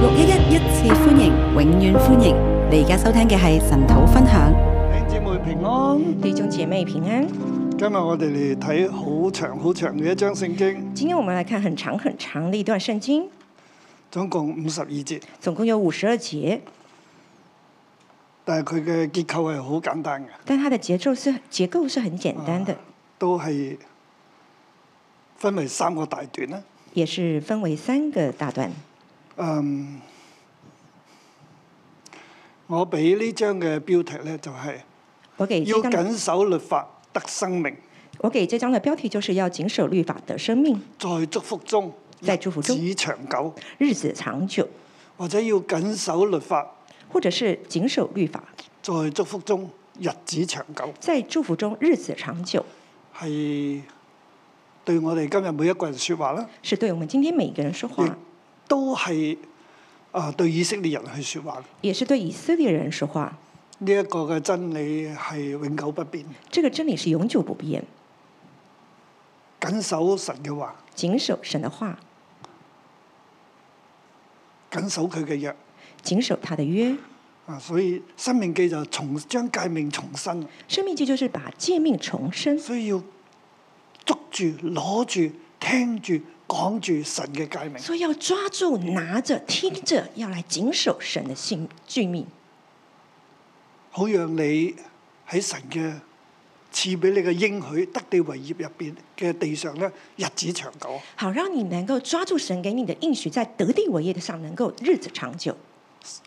六一一一次歡迎，永遠歡迎！你而家收聽嘅係神土分享。弟兄姊妹平安，弟兄姐妹平安，今日我哋嚟睇好長好長嘅一章聖經，今天我们来看很长很长的一段圣经，總共五十二節，总共有五十二节，但係佢嘅結構係好簡單嘅，但它的节奏是结构是很简单的，都係分為三個大段啦。也是分为三个大段。嗯，我俾呢章嘅標題咧就係、我给要这张的，緊守律法得生命，我给这张的标题就是要谨守律法的生命，在祝福中，在祝福中日子長久，日子长久，或者要緊守律法，或者是谨守律法，在祝福中，日子長久。在祝福中日子长久，係對我哋今日每一個人説話啦，是对我们今天每一个人说亦话，都係啊對以色列人去説話。也是对以色列人说话。呢、一個嘅真理係永久不變，这个真理是永久不变，緊守神嘅話，谨守神的话，緊守佢嘅約谨守他的约。啊！所以《生命記》就重將戒命重生，生命记就是把诫命重生。所以要捉住、攞住、聽住、講住神嘅戒命。所以要抓住、拿着、听着，要来谨守神的性诫命，好讓你喺神嘅賜俾你嘅應許得地為業入邊嘅地上咧，日子長久。好让你能够抓住神给你的应许，在得地为业的上能够日子长久。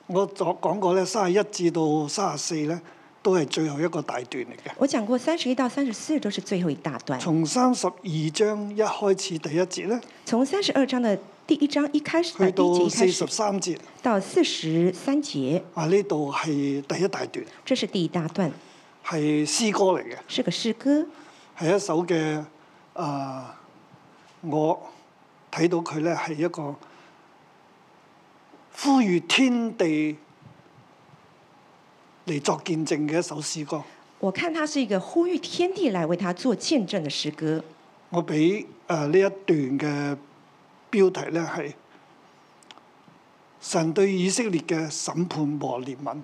我昨講過咧，三十一至到三十四咧，都係最後一個大段嚟嘅。我讲过，三十一到三十四都是最后一大段。從三十二章一開始第一節咧，从三十二章的第一章一开始，去第一节到一开四十始三節，到四十三节，啊呢度係第一大段，这是第一大段，係詩歌嚟嘅，是个诗歌，係一首嘅啊、我睇到佢咧係一個呼籲天地嚟作見證嘅一首詩歌。我看它是一个呼吁天地来为他做见证的诗歌。我俾誒呢一段嘅標題咧係神對以色列嘅審判和憐憫，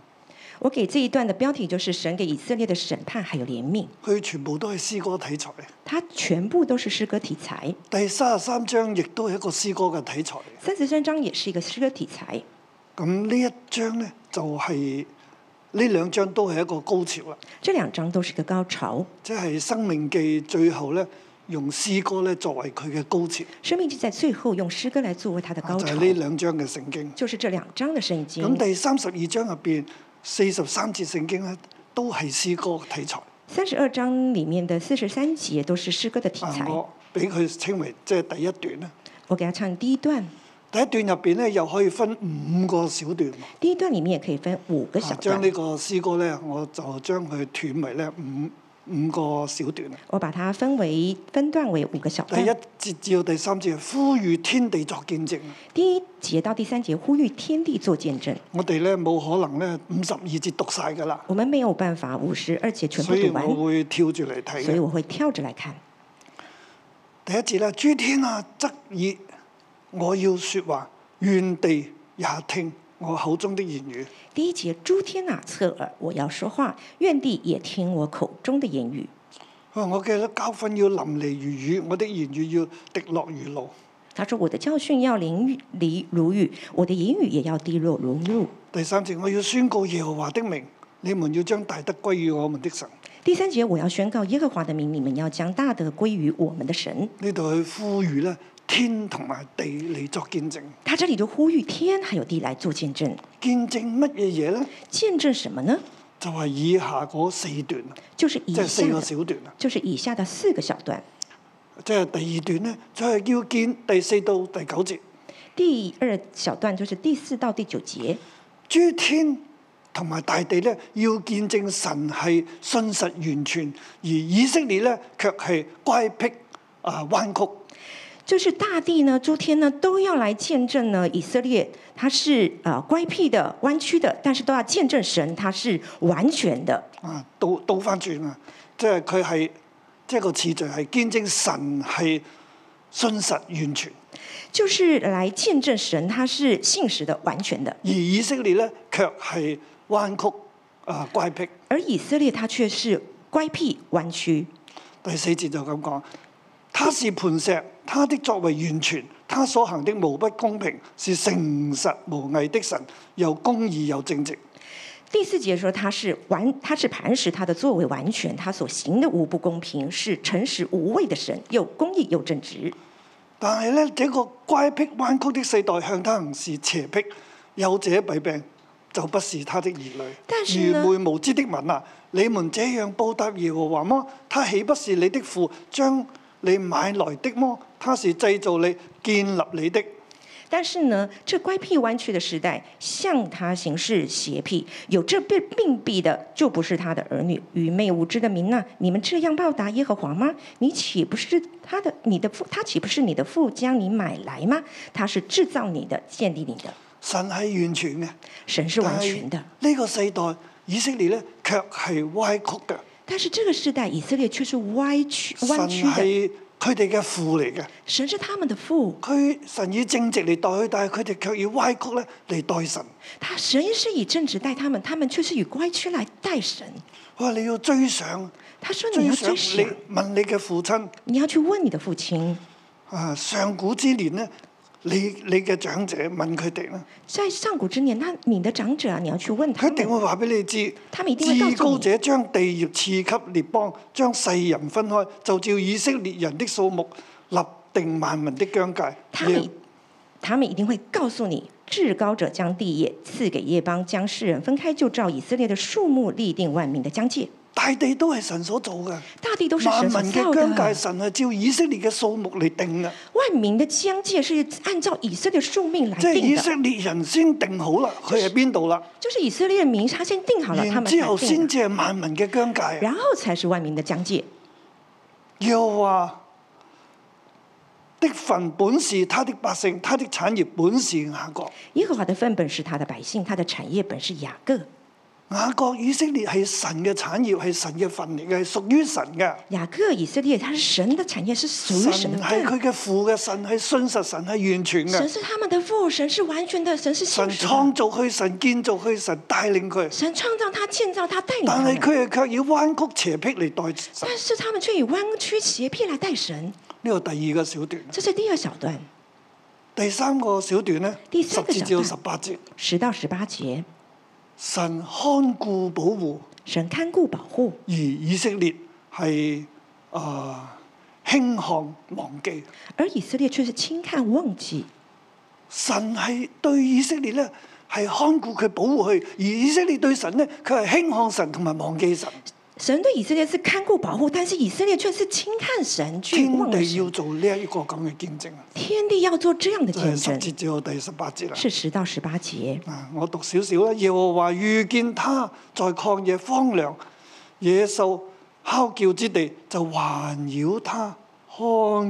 我给这一段的标题就是“神给以色列的审判还有怜悯佢全部都係詩歌題材。”，它全部都是诗歌题材。第三十三章亦都係一個詩歌嘅題材。三十三章也是一个诗歌题材，咁呢一章咧就係、呢兩章都係一個高潮啦，这两章都是个高潮。即係《生命記》最後咧用詩歌咧作為佢嘅高潮，生命就在最后用诗歌来作为它的啊高就係潮，呢兩章嘅聖經。就是这两章的圣咁经。第三十二章入邊四十三節聖經咧都係詩歌題材。三十二章里面的四十三节都是诗歌的题啊材。，我俾佢稱為即係第一段啦。我给它唱第一段，第一段入邊咧，又可以分五個小段喎。第一段里面也可以分五个小啊，將段呢，個詩歌咧，我就將佢斷為咧五五個小段啦。我把它分为分段为五个小第一段。節至到第三節，呼籲天地作見證。第一节到第三节呼吁天地做见证，我哋咧冇可能咧五十二節讀晒㗎啦，我们没有办法五十二节全部所以读完，我會跳住嚟睇所以嘅。我会跳着来看。第一節咧，諸天啊，則以我要説話，願地也聽我口中的言語。第一节，诸天哪、侧耳，我要说话，愿地也听我口中的言语。佢話我嘅教訓要淋漓如雨，我的言語要滴落如露。他说：“我的教训要淋漓如雨，我的言语也要滴落如露。第三節，我要宣告耶和華的名，你們要將大德歸於我們的神。”第三节，我要宣告耶和华的名，你们要将大德归于我们的神。呢度去呼籲咧天同埋地嚟作見證，他这里就呼吁天还有地来做见证，見證乜嘢嘢咧？见证什么呢？就係、以下嗰四段，就是以即下係四個的，小段啊。就是以下的四个小段。即係第二段咧，就係、要見第四到第九節，第二小段就是第四到第九节，諸天同埋大地咧要見證神係信實完全，而以色列咧卻係乖僻啊彎曲。就是大地呢、诸天呢都要来见证呢，以色列他是呃乖僻的、弯曲的，但是都要见证神他是完全的。啊，倒倒翻轉啊！即係佢係即係個次序係見證神係信實完全，就是来见证神他是信实的、完全的。而以色列咧卻係彎曲啊、怪僻。而以色列他却是乖僻弯曲。第四節就咁講，他是磐石，他的作為完全，他所行的無不公平，是誠實無偽的神，又公義又正直。第四节说他是完，他是磐石，他的作为完全，他所行的无不公平，是诚实无畏的神，又公义又正直。但係咧，這個乖僻彎曲的世代向他行事邪僻，有這弊病，就不是他的兒但女。是愚呢昧無知的民啊，你們這樣報答耶和華麼？他豈不是你的父將你買來的麼？他是製造你、建立你的。但是呢，这乖僻弯曲的时代，向他行事邪僻，有这被病弊的，就不是他的儿女。愚昧无知的民呐、你们这样报答耶和华吗？你岂不是他的你的父？他岂不是你的父将你买来吗？他是制造你的，建立你的，神係完全嘅，神是但完係全的。呢個世代以色列咧，卻係歪曲嘅。但是这个时代，以色列却是歪曲神弯曲的。係佢哋嘅父嚟嘅，神是他们的父，佢神以正直嚟待佢，但係佢哋卻要歪曲咧嚟待神。他神是以正直待他们，他们却是以歪曲来待神。佢話你要追上，他说：“你追要上追你想，問你嘅父親你要去问你的父亲，啊，上古之年咧，你你嘅長者問佢哋咧，在上古之年，那你的长者啊，你要去问他佢一定们。會話俾你知。他们一定会告至诉高你，者將地業賜給列邦，將世人分開，就照以色列人的數目立定萬民的疆界。他耶们他们一定会告诉你，至高者将地业赐给夜邦，将世人分开，就照以色列的数目立定万民的疆界。大地都係神所做嘅，大地都是萬神民所造嘅疆界，的，啊神係照以色列嘅數目嚟定嘅，万民的疆界是按照以色列数命来即係定以的。色列人先定好啦，佢係邊度啦，就是以色列民他先定好了，他然们之後才定先的，至係萬民嘅疆界啊。然后才是万民的疆界。耶和華的份本是他的百姓，他的產業本是雅各。耶和华的份本是他的百姓，他的产业本是雅各。雅各以色列係神嘅產業，係神嘅份嚟嘅，係屬於神嘅。雅各以色列，他是神的产业，是属于神神的係份。佢嘅父嘅，神係信實，神係完全神嘅。是他们的父，神是完全的，神是神信实的創造佢，神建造佢，神帶領佢。神创造他，建造他，带领他但係们。佢係卻以彎曲斜僻嚟待神。但是他们却以弯曲斜僻来待神，呢個第二個小段，这是第二小段第三個小段呢，第十三個節小至到段十八節，十到十八节。神看顧保護，神看顾保护而以色列係啊輕看忘記。而以色列却是轻看忘记。神係對以色列呢係看顧佢保護佢，而以色列對神呢，佢係輕看神同埋忘記神。神对以色列是看顾保护，但是以色列却是轻看神，去天忘地神要做呢一個咁嘅見證啊！天地要做这样的就係见十证，節至到第十八節啦。是十到十八节。啊，我讀少少啦。耶和華遇見他在曠野荒涼、野獸哮叫之地，就環繞他、看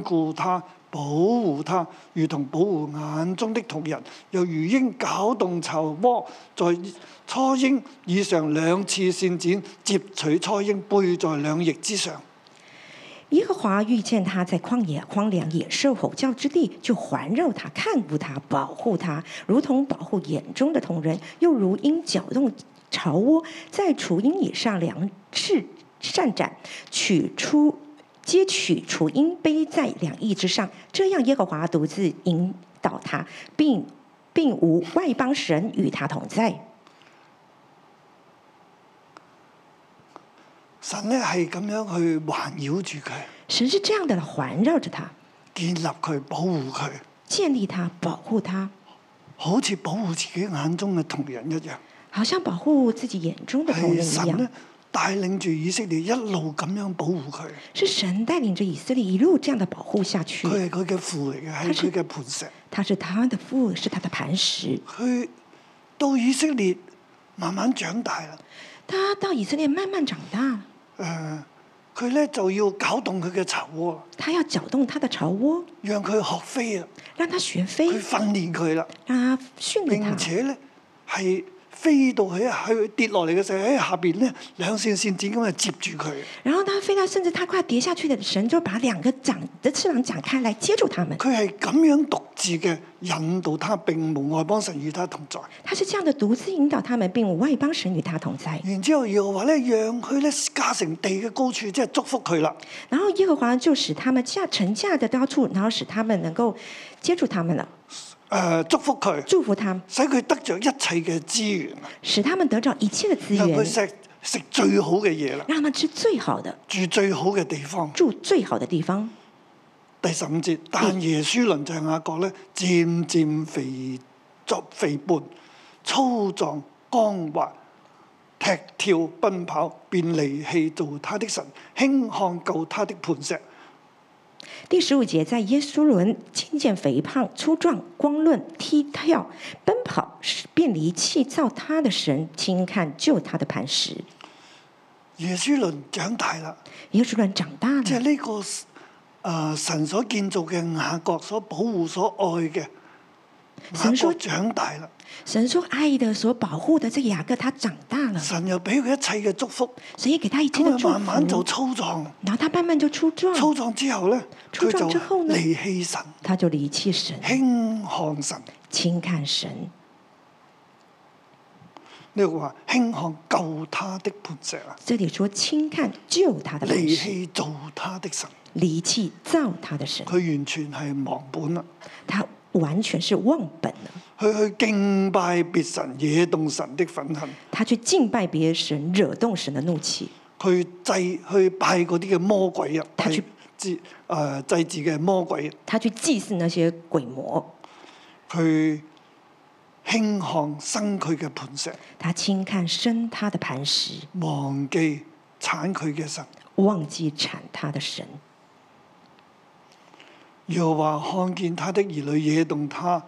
顧他、保護他，如同保護眼中的瞳人，又如鷹攪動巢窩，在初鷹以上兩次扇展，接取初鷹，背在兩翼之上。耶和华遇见他在旷野荒凉野兽吼叫之地，就环绕他、看顾他、保护他，如同保护眼中的瞳人，又如鹰搅动巢窝，在雏鹰以上两翅扇展，取出皆取雏鹰背在两翼之上。这样，耶和华独自引导他，并并无外邦神与他同在。神呢係咁樣去環繞住佢，神是这样的环绕着他，建立佢，保護佢，建立他，保护他，好似保護自己眼中嘅瞳人一樣。好像保护自己眼中的瞳係人一神样咧。帶領住以色列一路咁樣保護佢，是神带领着以色列一路这样的保护下去。佢係佢嘅父嚟嘅，係嗯佢是佢嘅磐石。他是他的父，是他的磐石。佢到以色列慢慢長大啦，他到以色列慢慢长大，誒、呃佢咧就要搞動佢嘅巢窩，他要搅动他的巢窝，讓佢學飛啊，让他学佢飞，訓練佢啦，让他训练並他，且咧係飛到喺喺跌落嚟嘅時候，喺下邊咧兩線線展咁啊接住佢，然后它飞到，甚至它快跌下去的神就把两个掌的翅膀展开来接住他们。佢係咁樣獨自嘅引導他，並無外邦神與他同在。他是这样的独自引导他们，并无外邦神与他同在。然之後耶和華咧，讓佢咧加成地嘅高處，即係祝福佢啦。然后耶和华就使他们下沉下的高处，然后使他们能够接住他们了，誒、呃祝福佢，祝福他们，使佢得着一切嘅資源，使他们得到一切的资讓源佢，食食最好嘅嘢啦，让他们吃最好的，住最好嘅地方。住最好的地方。第十五節，但耶書倫就係雅各咧，漸漸肥作肥胖，粗壯光滑，踢跳奔跑，便離棄做他的神，輕看救他的磐石。第十五节，在耶稣伦渐渐肥胖、粗壮、光润、踢跳、奔跑，便离弃造他的神，轻看救他的磐石。耶書倫長大啦，耶稣伦长大即係了，呢、個呃神所建造嘅雅各所保護所愛嘅雅神各說長大啦，神所爱的、所保护的这个雅各，他长大了，神又俾佢一切嘅祝福，神也给他一切咁的佢祝慢慢就福。粗壯，然后他慢慢就粗壮，粗壯之後咧，粗佢壯就之後呢離棄神。他就离弃神，輕看神，轻看神。呢度話輕看救他的磐石啊，这里说轻看救他的離磐石，棄造他的神，离弃造他的神，佢完全係忘本啦。他完全是忘本了。佢去敬拜別神，惹動神的憤恨；他去敬拜别神，惹动神的怒气。佢祭去拜嗰啲嘅魔鬼啊，他祭去祭誒祭祀嘅魔鬼，他去祭祀那些鬼魔，佢輕看生佢嘅磐石，他轻看生他的磐石，忘記產佢嘅神。忘记产他的神。又話看見他的兒女惹動他，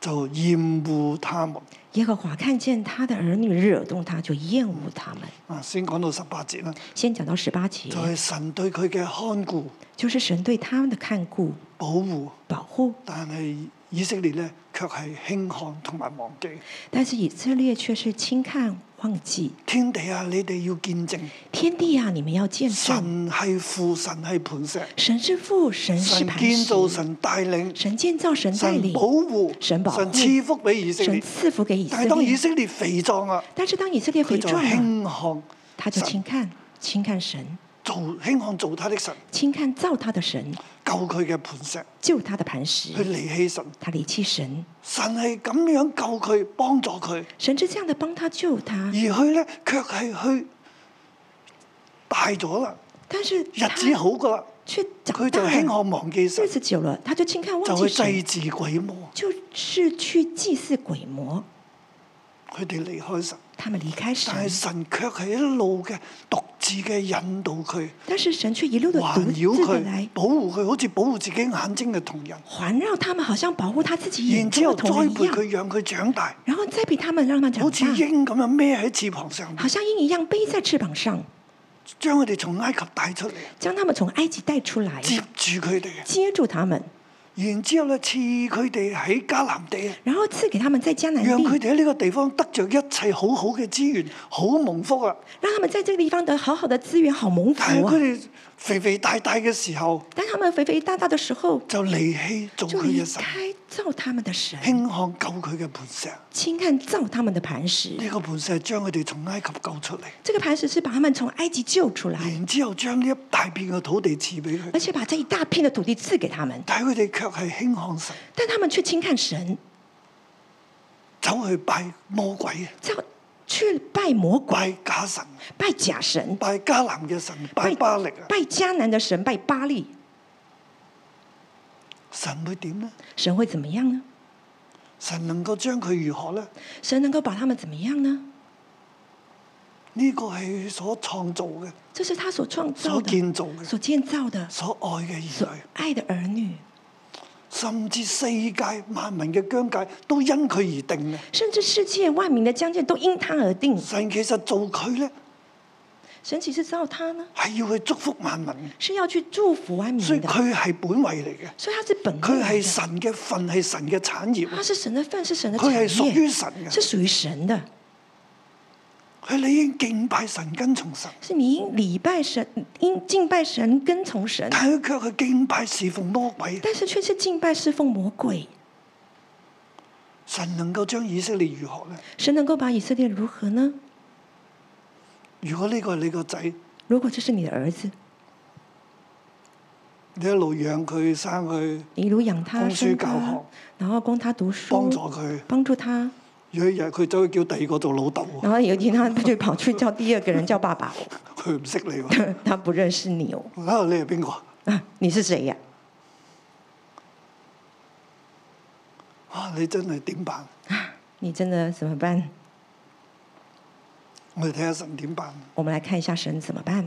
就厭惡他們。耶和华看见他的儿女惹动他，就厌恶他们。啊，先講到十八節啦。先讲到十八节就，係神對佢嘅看顧就是神对他们的看顾、保護，保护，但係以色列呢，卻係輕看同埋忘記。但是以色列却是轻看、忘记。天地啊，你哋要見證，天地啊，你们要见证，神係父，神係磐石，神是父，神是神磐建石，造，神帶領，神建造，神带神领保，護，神保護神賜福俾以色神列。赐福给以色但係當以列。色列肥壯啊，但是当以色列佢肥就壮了，輕看他就神轻看、轻看神，做輕看做他的神，轻看造他的神，救佢嘅磐石，救他的磐去石。離棄神。他离弃神，神係咁樣救佢，幫助佢。神是这样的帮他救他而，佢咧卻係去大咗啦，但是日他子好噶啦，却佢长就大輕了，看忘記神日，子久了，他就轻看忘就记去祭神，祀鬼魔，就是去祭祀鬼魔。佢哋離開神，他们离开神但，係神卻係一路嘅獨自嘅引導佢，但是神却一路的環独繞自的来佢，保護佢，好似保護自己眼睛嘅瞳人，环绕他们，好像保护他自己眼然之中後的栽嗯啊同人一嗯培样，佢，讓佢長大，然后栽培他们，让他们长好似大，鷹咁樣孭喺翅膀上，好像鹰一样背在翅膀上，將佢哋從埃及帶出嚟，将他们从埃及带出来，接住佢哋，接住他们，然之後咧賜佢哋喺迦南地啊。然后赐给他们在迦南讓佢地，哋喺呢個地方得着一切好好嘅資源，好蒙福啊！让他们在这个地方得好好的资源，好蒙福但係佢啊！哋肥肥大大嘅時候，当他们肥肥大大的时候，就離棄做就佢离嘅神，开造他们的神，輕看救佢嘅磐石。呢、轻看造他们的磐石。個磐石係將佢哋從埃及救出嚟，这个磐石是把他们从埃及救出来，然之後將呢一大片嘅土地賜俾而佢。且把这一大片的土地赐给他们，但係佢哋卻係輕看神，但他们却轻看神，走去拜魔鬼、啊造去拜魔鬼、拜假神、啊拜假神、拜迦南嘅神、拜巴力啊！拜迦南的神、拜巴利，神會點呢？神会怎么样呢？神能夠將佢如何呢？神能够把他们怎么样呢？呢、個係佢所創造嘅、这是他所创造所的、建造嘅。所建造的、所愛嘅兒所女，爱的儿女，甚至世界萬民嘅疆界都因佢而定嘅。甚至世界万民的疆界都因他而定。神其實做佢咧神岂是造他呢？係要去祝福萬民嘅，是要去祝福万民所以的，佢係本位嚟嘅，所以他是本佢位係的，神嘅份，係神嘅產業，啊他是神的份，是神的产佢业，係屬於神是嘅。属于神的。係你已經敬拜神跟從神，是你因礼拜神，因敬拜神跟从神，但佢卻係敬拜侍奉魔鬼。但是却是敬拜侍奉魔鬼。神能夠將以色列如何呢？神能够把以色列如何呢？如果呢個係你個仔，如果这是你的儿子，你一路養佢、生佢、你一路养他、供書生教他學，然后供他讀書，幫助佢，帮助他，有一日佢走去叫第二個做老豆喎，然后有一天他就跑去叫第二个人叫爸 爸，佢唔識你喎。他不认识你哦，啊，你係邊個？啊，你是谁呀、啊，你真係點辦？ 你真的怎么办？我哋睇下神點辦。我们来看一下神怎么办。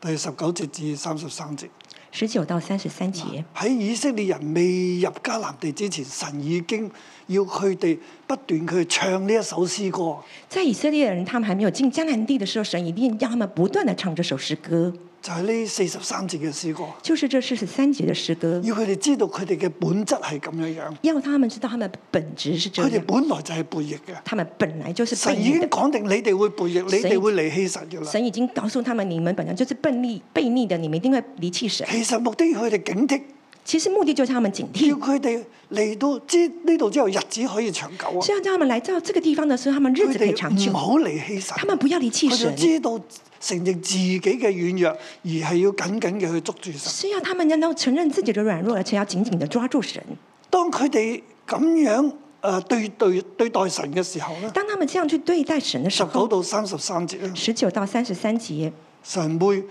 第十九節至三十三節，十九到三十三节，喺以色列人未入迦南地之前，神已經要佢哋不斷去唱呢一首詩歌，在以色列人他们还没有进迦南地的时候，神一定让他们不断的唱这首诗歌，就係呢四十三節嘅詩歌，就是这四十三节的诗歌，要佢哋知道佢哋嘅本質係咁樣樣。要他们知道他们本质是这佢哋样，本來就係背逆嘅，他们本来就是神悖已逆經的。講定你哋會背逆，你神已哋會離棄神嘅啦。神已经告诉他们，你们本来就是悖逆悖逆的，你们一定会离弃神。其實目的要佢哋警惕，其实目的就是他们警要惕，佢哋嚟到之呢度之後，日子可以長久啊是。要叫他们来到这个地方的时候，他们日佢子可以长哋久唔。好離棄神他，们不要离弃佢就神，知道承認自己嘅軟弱，而係要緊緊嘅去捉住神。是要他们要能承认自己的软弱，而且要紧紧的抓住神。當佢哋咁樣誒、呃、對對對待神嘅時候咧，当他们这样去对待神的时十九候，到三十三節咧，十九到三十三节，神會誒、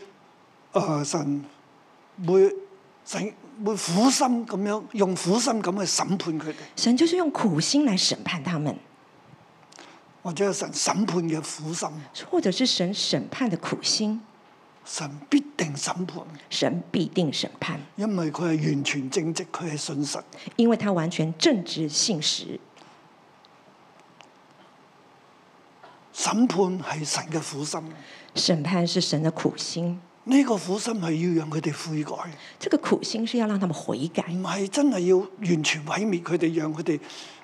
呃神會神會苦心咁樣用苦心咁去審判佢哋，神就是用苦心来审判他们，或者係神審判嘅苦心，或者是神审判的苦心，神必定審判，神必定审判，因為佢係完全正直，佢係信實。因为他完全正直信实。審判係神嘅苦心，审判是神的苦心，呢、個苦心係要讓佢哋悔改。这个苦心是要让他们悔改，唔係真係要完全毀滅佢哋，讓佢哋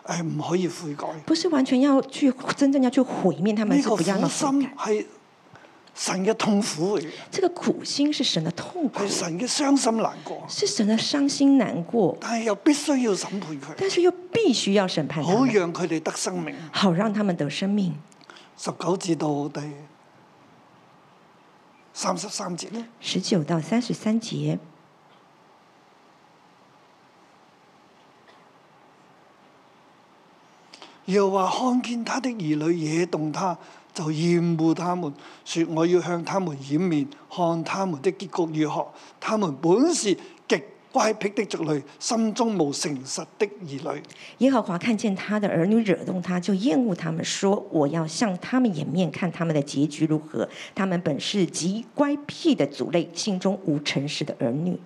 誒唔可以悔改。呢、不是完全要去真正要去毁灭他们，是個不苦要让他们心悔改。係神嘅痛苦嚟嘅，这个苦心是神的痛苦係，神嘅傷心難過，是神的伤心难过，但係又必須要審判佢，但是又必须要审判他好们，讓佢哋得生命。好让他们得生命。十九至到第三十三節咧，十九到三十三节，又話看見他的兒女惹動他，就厭惡他們，說我要向他們掩面，看他們的結局如何。他們本是極乖僻的族類，心中無誠實的兒女。耶和华看见他的儿女惹动他，就厌恶他们，说：“我要向他们掩面，看他们的结局如何。他们本是极乖僻的族类，心中无诚实的儿女。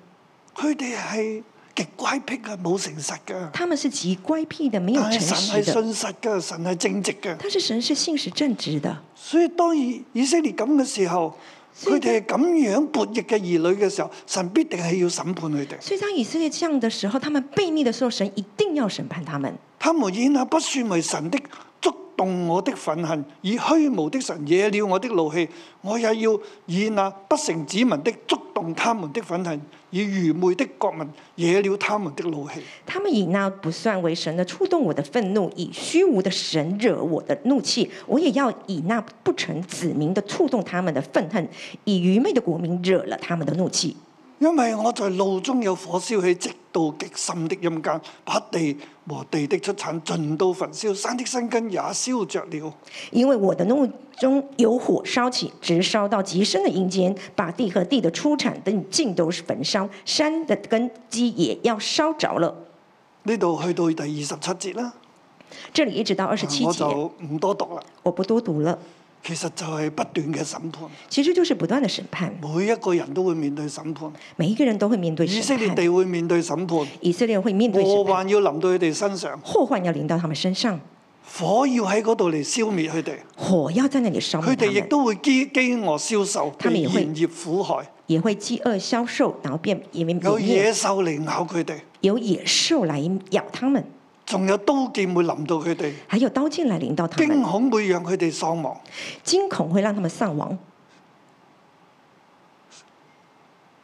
佢哋係極乖僻嘅，冇誠實嘅。他们是极乖僻的，没有但诚係神实係的。信實嘅，神係正直嘅。但是神是信实正直的。所以當以以色列咁嘅時候，所佢以哋係咁樣悖逆嘅兒女嘅時候，神必定係要審判佢哋。所以当以色列这样的时候，他们悖逆的时候，神一定要审判他们。他們以那不算為神的，觸動我的憤恨；以虛無的神惹了我的怒氣，我也要以那不成子民的觸動他們的憤恨；以愚昧的國民惹了他們的怒氣。他们以那不算为神的触动我的愤怒，以虚无的神惹我的怒气，我也要以那不成子民的触动他们的愤恨，以愚昧的国民惹了他们的怒气。因為我在路中有火燒起，直到極深的陰間，把地和地的出產盡都焚燒，山的生根也燒着了。因为我的怒中有火烧起，直烧到极深的阴间，把地和地的出产等尽都是焚烧，山的根基也要烧着了。呢度去到第二十七節啦，这里一直到二十七啊我节，就唔多讀啦。我不多读了。其實就係不斷嘅審判，其實就是不斷的審判，每一個人都會面對審判。每一個人都會面對以色審列判，地會面對審判，以色列會面 對禍審判，患要臨到佢哋身上，禍患要臨到他們身上，火要喺嗰度嚟消滅佢哋，火要在那裡燒佢滅他哋亦們，都會飢飢餓消瘦，他們被也會炎熱苦害，也會飢餓消瘦，然後變也有也野獸嚟咬佢哋，有野獸來咬他們，仲有刀劍會臨到佢哋，还有刀剑来临到他驚们，恐會讓佢哋喪亡。惊恐会让他们丧亡。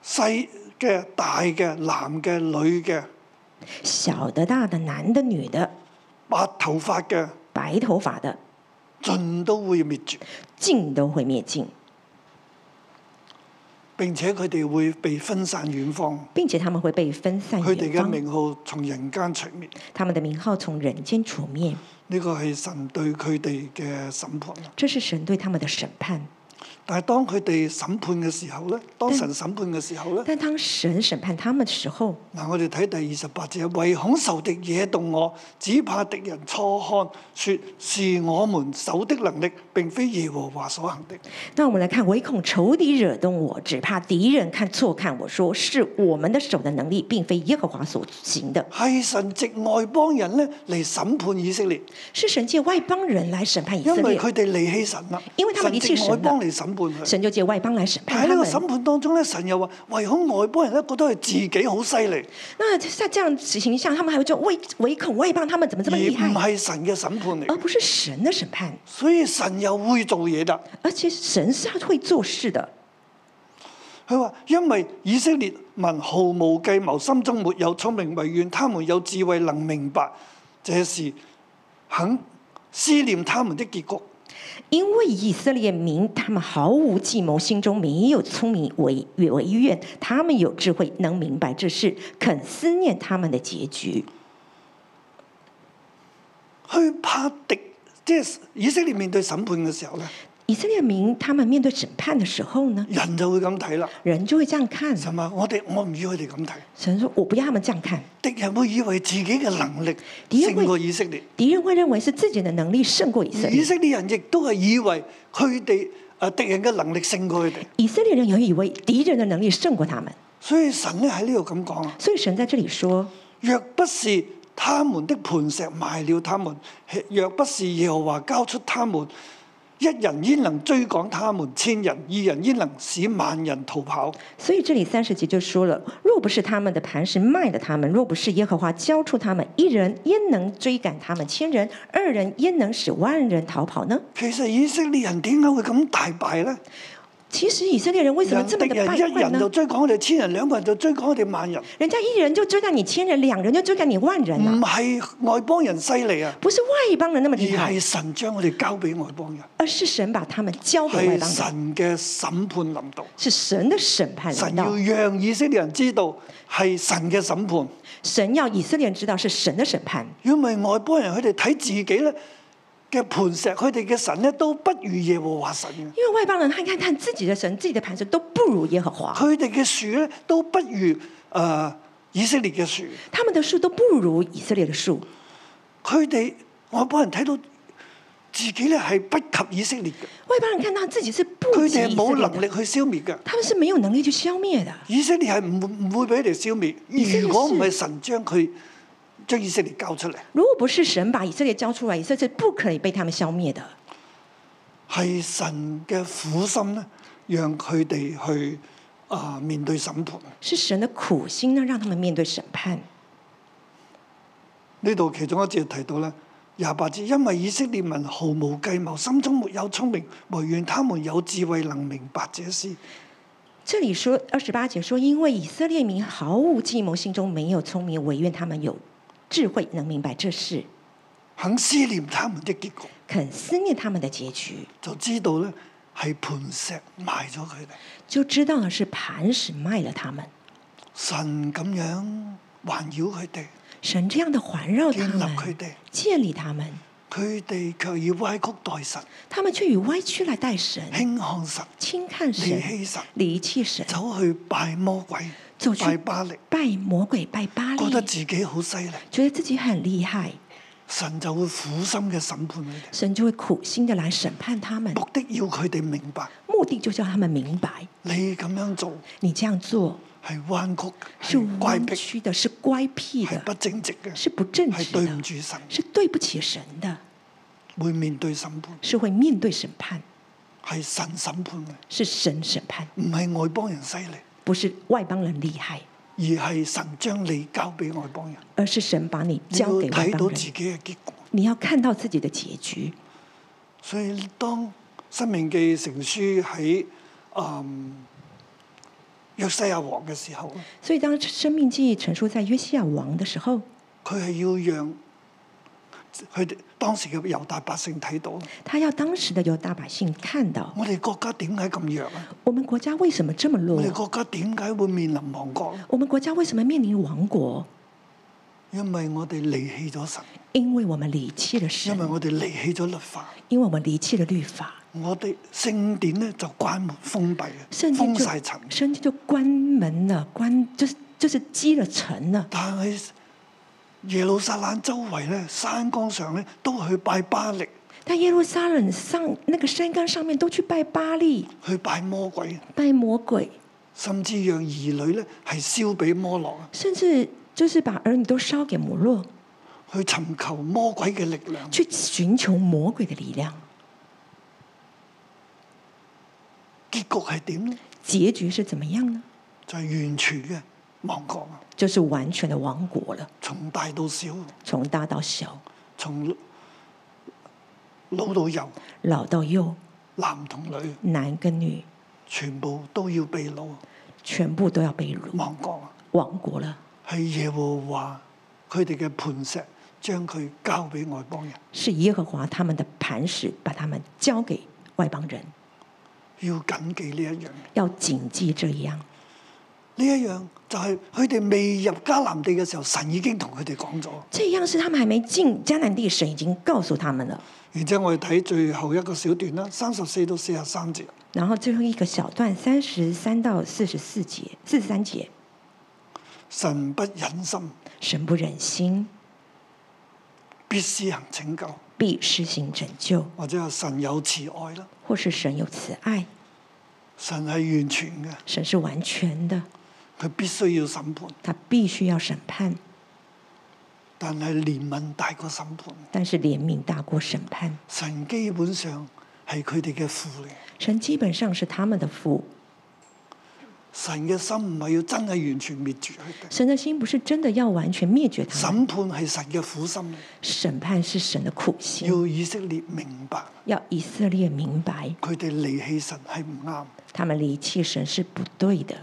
細嘅、大嘅、男嘅、女嘅、小的、大的、男的、女的、白頭髮嘅，白头发的，盡都會滅絕。尽都会灭尽，並且佢哋會被分散遠方，并且他们会被分散佢哋远嘅方，名號從人間除滅。他们的名号从人间除灭。呢個係神對佢哋嘅審判。这是神对他们的审判。但係當佢哋審判嘅時候咧，當神審判嘅時候咧，但当神审判他们的时候，嗱我哋睇第二十八節，唯恐仇敵惹動我，只怕敵人錯看，說是我們手的能力，並非耶和華所行的。那我们来看，唯恐仇敌惹动我，只怕敌人看错看我说，是我们的手的能力，并非耶和华所行的，係神藉外邦人咧嚟審判以色列，是神借外邦人来审判以因色為列。佢哋離棄神啦，因為他們神離藉棄神啦外邦嚟審判佢。神就借外邦来审但判喺呢他個们。審判當中咧，神又話唯恐外邦人咧覺得佢自己好犀利，那像这样子形象，他们还会就唯唯恐外邦，他们怎么而这么厉唔害？哦係神嘅審判嚟而。不是神的审判，所以神又會做嘢啦。而且神是会做事的。佢話：因為以色列民毫無計謀，心中沒有聰明，唯願他們有智慧，能明白這事，肯思念他們的結局。因为以色列民他们毫无计谋，心中没有聪明为为愿，他们有智慧，能明白这事，肯思念他们的结局。去怕敵，即係以色列面對審判嘅時候咧，以色列民他们面对审判的时候呢，人就會咁睇啦。人就会这样看。神話：我哋我唔要佢哋咁睇，神说：“我不要他们这样看。敵人會以為自己嘅能力敵人勝會過以色列，”敌人会认为是自己的能力胜过以色而以列，色列人亦都係以為佢哋誒敵人嘅能力勝過佢哋。以色列人也以为敌人的能力胜过他们。所以神咧喺呢度咁講啊。所以神在这里说若不是他們的磐石賣了他們，若不是耶和華交出他們，一人焉能追趕他們千人？二人焉能使萬人逃跑？：“所以这里三十节就说了，若不是他们的磐石卖了他们，若不是耶和华交出他们，一人焉能追赶他们千人？二人焉能使万人逃跑呢其實以色列人點解會咁大敗呢？？”其实以色列人为什么人这敵么的人败一坏人就呢？追趕我哋千人，兩個人就追趕我哋萬人，人家一人就追赶你千人，两人就追赶你万人啊！唔係外邦人犀利啊，不是外邦人那么而厉害係，神將我哋交俾外邦人，而是神把他们交给外係邦人，神嘅審判臨到。是神的审判来神到要。讓以色列人知道係神嘅審判。神要以色列人知道是神的审判，因為外邦人佢哋睇自己咧嘅磐石，佢哋嘅神咧都不如耶和華神嘅，因为外邦人看看看自己的神、自己的磐石都不如耶和华，佢哋嘅樹咧都不如誒、呃以色列嘅樹，他们的树都不如以色列的树。佢哋外邦人睇到自己咧係不及以色列嘅，外邦人看到自己是不佢及哋係以色冇列能力的，去消滅嘅。他们是没有能力去消灭的。以色列係唔唔會俾佢哋消以色滅，列是如果唔係神將佢將以色列交出嚟，如果不是神把以色列交出来，以色列是不可以被他们消灭的。係神嘅苦心咧，讓佢哋去啊、面對審判。是神的苦心呢，让他们面对审判。呢度其中一節提到咧，廿八節，因為以色列民毫無計謀，心中沒有聰明，唯願他們有智慧，能明白這事。这里说二十八节说，因为以色列民毫无计谋，心中没有聪明，唯愿他们有智慧，能明白这事，肯思念他們的結局，肯思念他们的结局，就知道咧係磐石埋咗佢哋。就知道了是磐石卖了他们。神咁樣環繞佢哋，神这样的环绕他建立佢们，哋，建立他们，佢哋卻以歪曲待神，他们却以歪曲来待神，輕看神，轻看離神，棄神，离弃神，走去拜魔鬼走，去拜巴力，拜魔鬼，拜巴利覺，得自己好犀利，觉得自己很厉害，神就會苦心嘅審判佢哋，神就会苦心的来審判他们，目的要佢哋明白。目的就叫他们明白，你咁樣做你这样做係彎曲，是係怪弯僻，曲的，是乖僻係不的，正直嘅，是不正係直對唔住的，神，是对不起神的，會面對審判，是会面对审判，係神審判嘅，是神审判，唔係外邦人犀利，不是外邦人厉害，而係神將你交俾外邦人。而是神把你你要交给外睇到邦自己人。嘅結果。你要看到自己的结局。所以當《生命記》成書喺嗯約西亞王嘅時候，所以，当《生命记》陈述在约西亚王的时候，佢係要讓佢哋當時嘅猶大百姓睇到，他要当时的犹大百姓看到，我哋國家點解咁弱啊？我们国家为什么这么弱我？哋國家點解會面臨亡國？啊我们国家为什么面临亡国？因為我哋離棄咗神，因为我们离弃因了為神，我哋離棄咗律法，因为我们离弃了律法，我哋聖典咧就關門封閉圣嘅，经封就晒塵。圣经就关门了，关就是就是积了尘了。但係耶路撒冷周圍咧，山崗上咧都去拜巴力，但耶路撒冷上那个山冈上面都去拜巴利、去拜魔鬼，拜魔鬼，甚至讓兒女咧係燒俾摩洛啊，甚至就是把儿女都烧给摩洛，去尋求魔鬼嘅力量。去寻求魔鬼的力量。結局係點咧？结局是怎么样呢？就係、完全嘅亡國啊，就是完全的亡国了，從大到小，从大到小，從老到幼，老到幼，男同女男跟女，全部都要被擄全部都要被掳，亡國啊！亡国了。係耶和華佢哋嘅磐石，將佢交俾外邦人，是耶和華他们的磐石，把他们交给外邦人，要謹記呢一樣嘢。要谨记这一样。呢一樣就係佢哋未入迦南地嘅時候，神已經同佢哋講咗。这样是他们还没进迦南地，神已经告诉他们了。然之後我哋睇最後一個小段啦，三十四到四十三節。然后最后一个小段，三十三到四十四节，四十三节，神不忍心，神不忍心，必施行拯救，必施行拯救，或者係神有慈愛啦。或是神有慈爱，神係完全嘅，神是完全的，佢必須要審判，他必须要审判，但係憐憫大過審判。但是怜悯大过审判。神基本上係佢哋嘅父嚟，神基本上是他们的父，神嘅心唔係要真係完全滅絕佢哋。神的心不是真的要完全灭绝他審们，判係神嘅苦心，审判是神的苦心。要以色列明白要以色列明白，佢哋離棄神係唔啱。他们离弃神是不对的。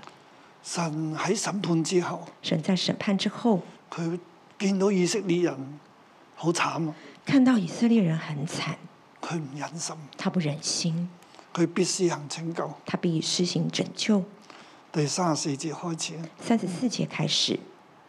神喺審判之後，神在审判之后，佢見到以色列人好慘啊，看到以色列人很惨，佢唔忍心，他不忍心，佢必施行拯救。他必施行拯救。第三十四節開始，啊三十四节开始，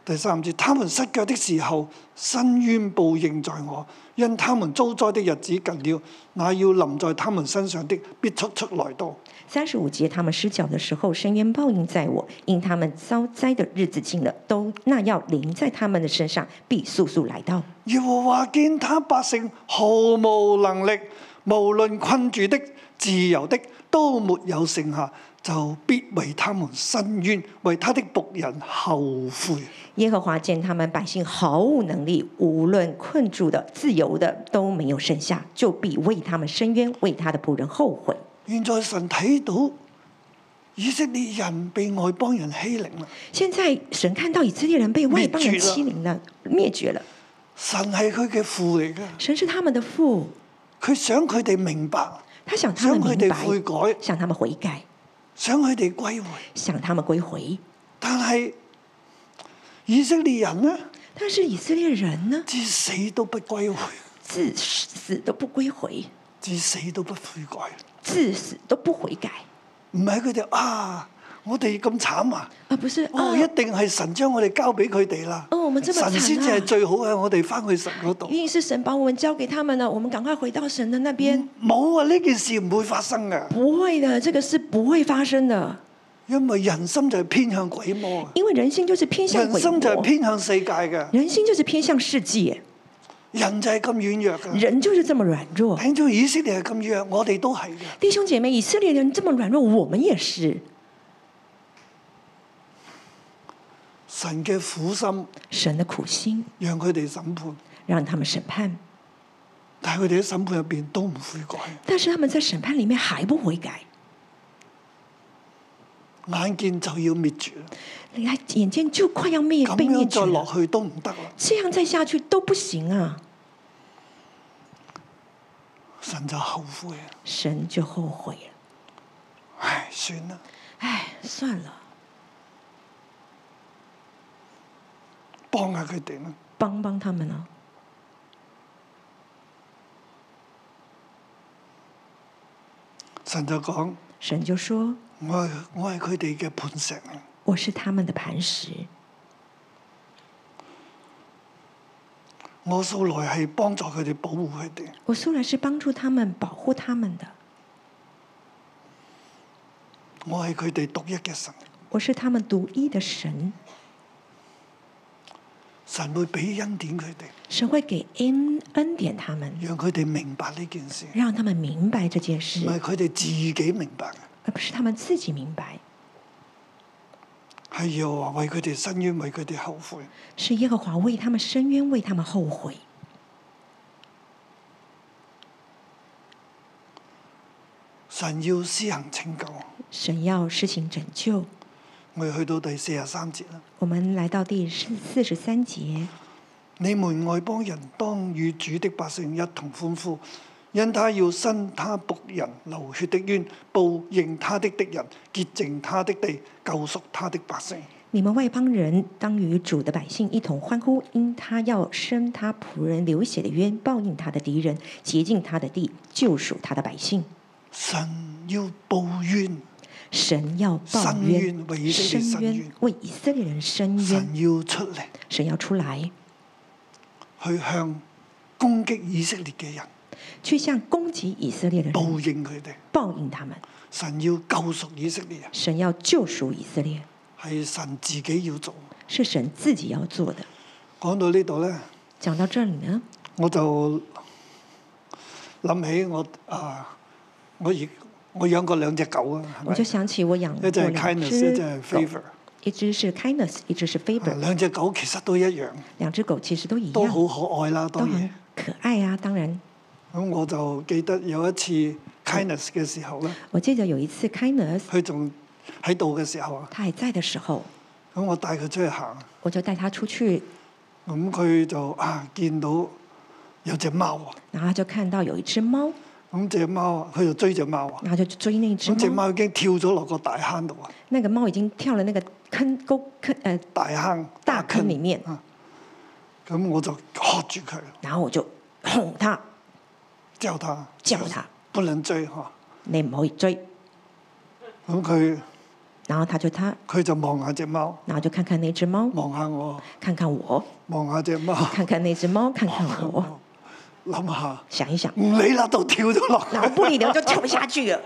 第三節，他們失腳的時候，伸冤報應在我，因他們遭災的日子近了，那要臨在他們身上的必速速來到。三十五节，他们失脚的时候，深渊报应在我，因他们遭灾的日子近了，都那要临在他们的身上，必速速来到。耶和華見他百姓毫無能力，無論困住的、自由的，都沒有剩下，就必為他們伸冤，為他的仆人後悔。耶和华见他们百姓毫无能力，无论困住的、自由的都没有剩下，就必为他们伸冤，为他的仆人后悔。現在神睇到以色列人被外邦人欺凌啦，现在神看到以色列人被外邦人灭绝了欺凌了，灭绝了，神係佢嘅父嚟噶，神是他们的父，佢想佢哋明白，他想他想们佢明哋白，悔改，想他们悔改，想佢哋歸回。想他们归回。但係以色列人呢，但是以色列人呢，至死都不 歸回，自死都不归回，至死都不悔改。自死都不悔改，唔係佢哋啊，我哋咁慘啊！而不是哦，哦一，定係神將我哋交俾佢哋啦。哦我們這麼慘啊神先至係最好嘅，我哋翻去神嗰度一。定是神把我们交给他们了，我们赶快回到神的那边。冇啊！呢件事唔會發生嘅，不会的，这个是不会发生的，因為人心就係偏向鬼魔啊，因为人心就是偏向人鬼心就係魔，偏向世界嘅，人心就是偏向世界，人就係咁軟弱嘅。人就是这么软弱。聽到以色列係咁弱，我哋都係嘅。弟兄姐妹，以色列人这么软弱，我们也是。神嘅苦心神的苦心讓佢哋審判，让他们审判，但係佢哋喺審判入邊都唔悔改。但是他们在审判里面还不悔改，眼見就要滅絕啦，你看眼见就快要灭咁被灭樣绝再落了，去都唔得啦。这样再下去都不行啊！神就後悔啦，神就后悔了，唉，算啦。唉，算了，幫下佢哋啦。帮帮他们啊了。神就講：神就说我係我係佢哋嘅磐石啊嚟，：“我是他们的磐石，我素來係幫助佢哋保護佢哋，我素来是帮助他们、保护他们的，我係佢哋獨一嘅神。我是他们独一的神。神會俾恩典佢哋，神会给恩恩典他们，讓佢哋明白呢件事，让他们明白这件唔事，係佢哋自己明白嘅，而不是他们自己明白。係要話為佢哋伸冤，為佢哋後悔。是耶和华为他们伸冤，为他们后悔。神要施行拯救。神要施行拯救。我哋去到第四十三節啦。我们来到第四四十三节，你們外邦人當與主的百姓一同歡呼，因他要伸他仆人流血的冤，報應他的敵人，潔淨他的地，救贖他的百姓。你们外邦人当与主的百姓一同欢呼，因他要伸他仆人流血的冤，报应他的敌人，洁净他的地，救赎他的百姓。神要報冤，神要报伸冤冤，为以色列伸伸冤冤，为以色列人伸冤神。要出嚟神要出来，去向攻擊以色列嘅人去向攻击以色列的人報應佢哋。报应他们。神要救贖以色列人，神要救赎以色列，係神自己要做。是神自己要做的。講到呢度呢。讲到这里呢，我就諗起我啊，我而我養過兩隻狗啊，係我咪就想起我养过一隻係两 kindness，只一隻係狗 favor。一只是 kindness，一只是啊 favor，兩隻狗其實都一樣，两只狗其实都一都样，好可愛啦，都當然很。可愛啊。当然，咁我就記得有一次 kindness 嘅時候咧，我记得有一次 kindness 佢仲喺度嘅時候啊，它还在的时候，咁我帶佢出去行，我就带它出去，咁佢就啊見到有隻貓啊，然后它就看到有一只猫，咁只貓啊，佢就追只貓啊，然后就追那只咁只猫。貓已經跳咗落個大坑度啊，那个猫已经跳了那个坑沟坑呃大坑大坑里面，啊，咁我就喝住佢。然后我就哄它，叫他，叫他，不能追嚇。你唔可以追。咁佢然后它就它，佢就望下只貓，然后就看看那只猫，望下我，看看我，望下只貓， 看看那只猫，看看我，諗下想一想，唔理啦，都跳咗落 然后去，不理了就跳下去了。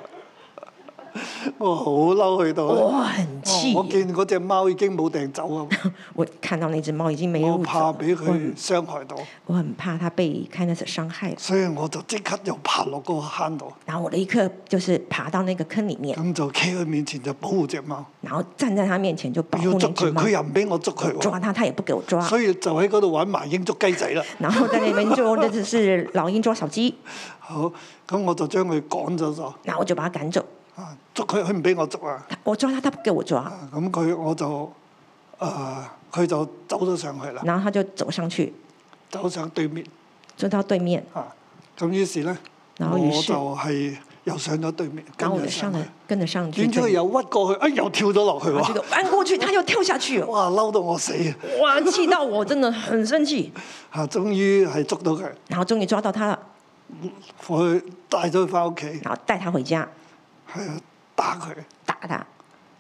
我好嬲去到呢。我很气哦我，見嗰只貓已經冇掟走啊，我看到那只猫已经没有我路走怕了，俾我很佢傷害到，我很怕它被 kindness 伤害了，所以我就即刻又爬落個坑度，然后我立刻就是爬到那个坑里面，咁就企佢面前就保護只貓，然后站在它面前就保要护那捉只佢，猫，佢又唔俾我捉佢喎，抓它它也不给我抓，啊所以就喺嗰度玩埋英捉雞仔啦。然后在那边就那只是老鹰抓 小鸡，好，咁我就將佢趕咗咗，然后我就把它赶走，啊捉佢，佢唔俾我捉啊。它我抓它它不给我抓，啊咁佢我就誒，呃佢、就走咗上去啦，然后它就走上去，走上對面走到对面，啊。咁於是咧，然後我於是就係又上咗對面，然跟后我咗就上啊上去了，跟着上去，點知佢就又屈過去，哎又跳咗落去这喎！个翻过去它又跳下去 了，哇，嬲到我死啊！哇，气到我真的很生气，嚇，終於係捉到佢，然后终于抓到它了，我去帶咗佢翻屋企，然后带它回家係啊打佢。打它。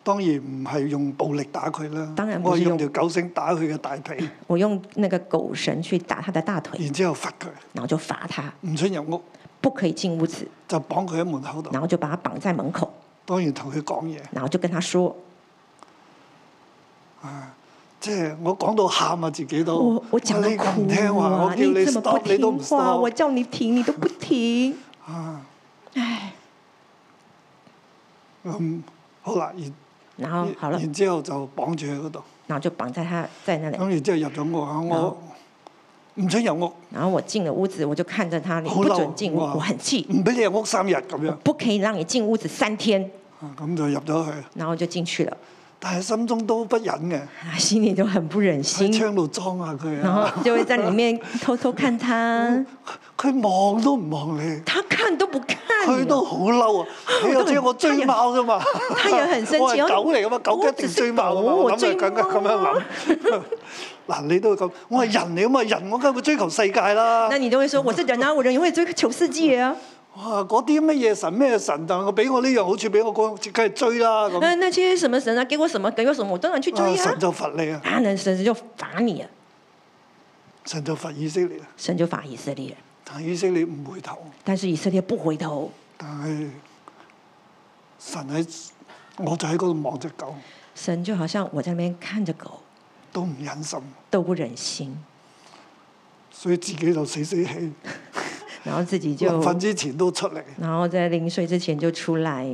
當然唔係用暴力打佢啦，當然唔我係是用用條狗繩打佢嘅大髀，我用那个狗绳去打他的大腿，然之後罰佢然后就罚他唔准入屋，不可以进屋子，就綁佢喺門口度。然后就把他绑在門口，當然同佢講嘢。然后就跟他说，即係我講到喊啊，自己都我哦我讲到你咁唔哭聽話，我啊，叫你怎么不 stop 你都唔听话？我 stop 叫你停你都不停，啊！唉，咁好啦，然然后啊好了，然之後就綁住佢嗰度，然后就綁在他在那里，咁然之後入咗屋啊，我後唔准入屋，然后我進了屋子，我就看着他，你好不准嬲进屋，哇我很气，唔俾你入屋三日咁樣不可以让你进屋子三天，啊咁就入咗去，然后就进去了，但係心中都不忍嘅，啊，心里都很不忍心喺，窗度裝下佢然啊，后就会在里面偷偷看嗯他，佢望都唔望你。 他看都不看，佢都好嬲啊！佢又知我追貓啫嘛，他也很生我氣係狗嚟噶嘛，狗我一定追貓噶嘛，我啊我諗只佢識狗梗係咁樣諗。 嗱，你都會咁，我係人嚟噶嘛，人我梗係會追求世界啦。那你就会说我是人啊，我人也会追求世界啊，哇！嗰啲乜嘢神咩神，但係我俾我呢樣好處，俾我嗰樣梗係追啦咁。那那些什么神啊，给我什么给我什么，我当然去嗯啊追啊神，就罰你啊，啊，那神就罚你啊，神就罰以色列啊，神就罚以色列人，但以色列唔回頭，但是以色列不回头，但係神喺我就喺嗰度望只狗，神就好像我在那边看着狗都唔忍心，都不忍心，所以自己就死死氣，然后自己就臨，瞓之前都出嚟然后在临睡之前就出来，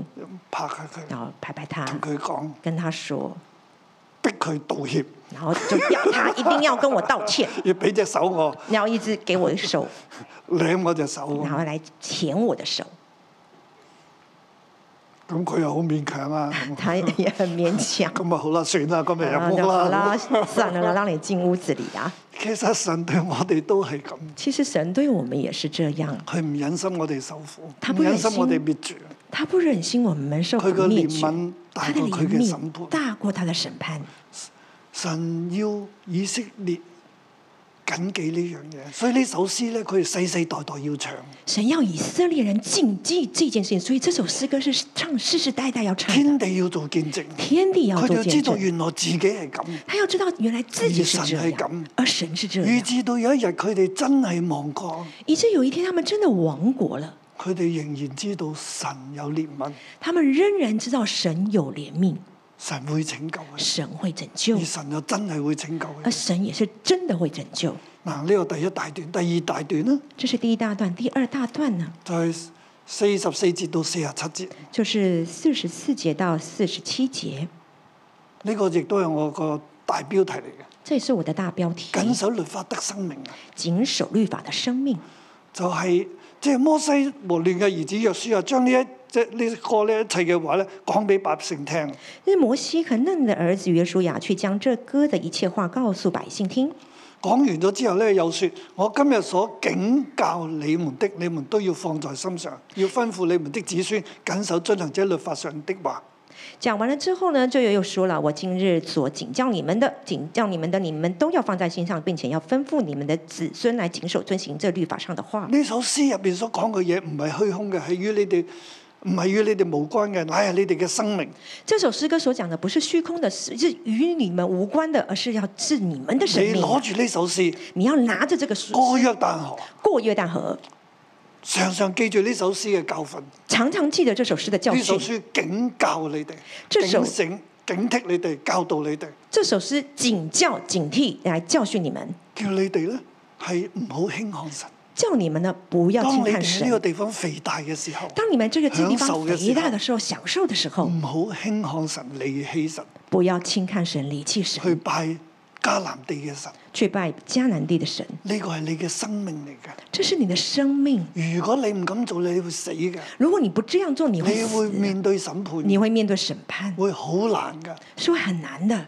拍下佢。然后拍拍他，同佢講，跟他说，逼佢道歉，然后就要他一定要跟我道歉。 要俾隻手我，然后一直给我手，舐我隻手咁。然后来舔我的手，咁佢又好勉強 啊。咁他也很勉 强。咁啊好啦，算啦，今日然入后啊就屋啦好啦。，算了啦，让你进屋子里啊。其實神對我哋都係咁，其实神对我们也是这样，佢唔忍心我哋受苦，他唔不忍忍心心我哋滅絕，他不忍心我们受苦佢嘅灭憐绝，憫大他的過佢嘅怜審悯判。大过他的审判。神要以色列緊記呢樣嘢，所以呢首詩咧，佢哋世世代代要唱。神要以色列人禁忌这件事情，所以这首诗歌是唱世世代代要唱的，天地要做見證，天地要佢哋做要知见道证。原來自己係咁。他要知道，原来自己是而神这是咁样，而神是这以样，至到有一日佢哋真係亡國，以致有一天他们真的亡国了，佢哋仍然知道神有憐憫，他们仍然知道神有怜悯，神會拯救佢，神会拯救而，神又真係會拯救而佢。神也是真的会拯救。嗱，呢個第一大段，第二大段呢，这是第一大段，第二大段呢，就係四十四節到四十七節，呢、就是四十四节到四十七节，個亦都係我個大標題嚟嘅。这也是我的大标题：緊守律法得生命啊，谨守律法的生命。就係即係摩西和亂嘅兒子約書亞將呢一即係呢個呢一切嘅話咧講俾百姓聽。因为摩西和嫩的儿子约书亚去将这歌的一切话告诉百姓听。講完咗之後咧，又說：我今日所警教你們的，你們都要放在心上，要吩咐你們的子孫謹守遵行這律法上的話。讲完了之后呢，就又又说了：“我今日所警教你们的，警教你们的，你们都要放在心上，并且要吩咐你们的子孙来谨守遵行这律法上的话。呢首詩入邊所講嘅嘢唔係虛空嘅，係與你哋唔係與你哋無關嘅，乃係你哋嘅生命，”这首诗歌所讲的不是虚空的，是是与你们无关的，而是要治你们的生你命。攞住呢首詩你要拿着这个书過約旦河，过约旦河，常常記住呢首詩嘅教訓。常常记得这首诗的教呢首训。書警教你哋，這首警醒、警惕你哋，教導你哋，这首诗警教、警惕来教训你们，叫你哋咧係唔好輕看神。叫你们呢不要當轻你哋喺呢看個神。地方肥大嘅時候。当你们这个地享受方的时候嗯肥大的时候、享受的时候，唔好輕看神、離棄神，不要轻看神、离弃去神，拜迦南地嘅神，去拜迦南地的神。呢個係你嘅生命嚟嘅。这是你的生命。如果你唔敢做，你會死嘅，如果你不这样做，你会你會死，面對審判，你会面对审判，會好難噶。是会很难的。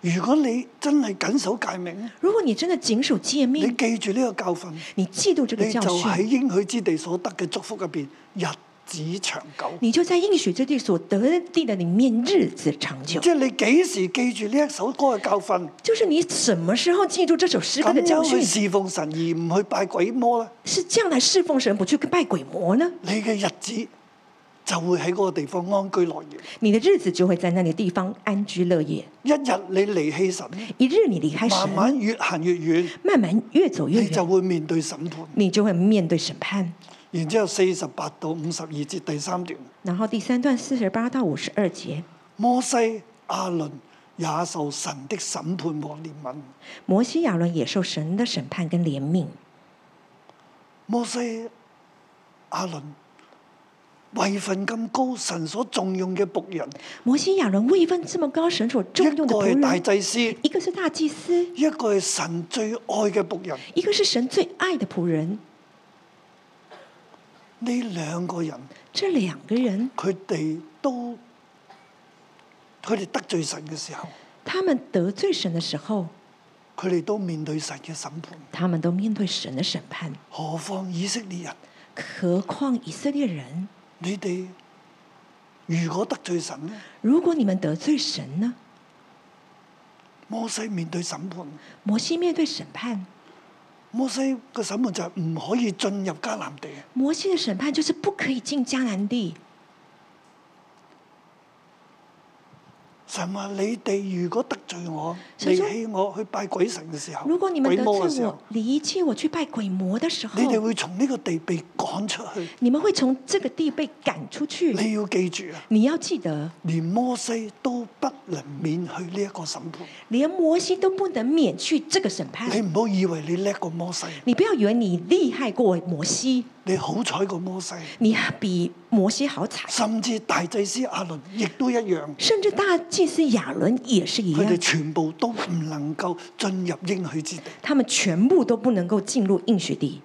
如果你真係緊守戒命，如果你真的谨守诫你命，記住呢個教訓，你记住这个你就教喺训，應許之地所得嘅祝福入邊，日子長久。你就在应许之地所得的地的里面日子长久。即係你幾時記住呢一首歌嘅教訓，就是你什么时候记住这首诗歌咁的教樣去训，侍奉神而唔去拜鬼魔咧，是将来侍奉神不去拜鬼魔呢？你嘅日子就會喺嗰個地方安居樂業。你的日子就会在那个地方安居乐业。一日你離棄神，一日你离开神，慢慢越行越遠，慢慢越走越你就远，會面對審判。你就会面对审判。然之後四十八到五十二節第三段，然后第三段四十八到五十二节，摩西、亞倫也受神的審判和憐憫。摩西亚伦也受神的审判跟怜悯。摩西、亞倫位份咁高，神所重用嘅仆人，摩西亚伦位分这么高，神所重一用的個仆係大人，祭司，一个是大祭司，一個係神最愛嘅仆人。一个是神最爱的仆人。呢兩個人这两个人佢哋都佢哋得罪神嘅時候，他们得罪神的时候，佢哋都面對神嘅審判。他们都面对神的审判，何況以色列人，何况以色列人？你哋如果得罪神咧，如果你们得罪神呢？摩西面對審判，摩西面對审判，摩西嘅審判就係唔可以進入迦南地。摩西的审判就是不可以进迦南地。神話你哋如果得罪我，神離說棄我去拜鬼神嘅時候，如果你们鬼得魔嘅罪時候我，，哦离弃我去拜鬼魔的时候你，哋會從呢個地被趕出去。你们会從这个地被赶出去。你要記住啊！你要记得，連摩西都不能免去呢一個審判。连摩西都不能免去这个审判你。唔好以為你叻過摩西，你不要以为你厉害过摩西，你好彩過摩西，你比摩西好彩，甚至大祭司亞倫亦都一樣。甚至大祭司亚伦也是一佢哋样，全部都唔能夠進入應許之地，他们全部都不能够进入应许地，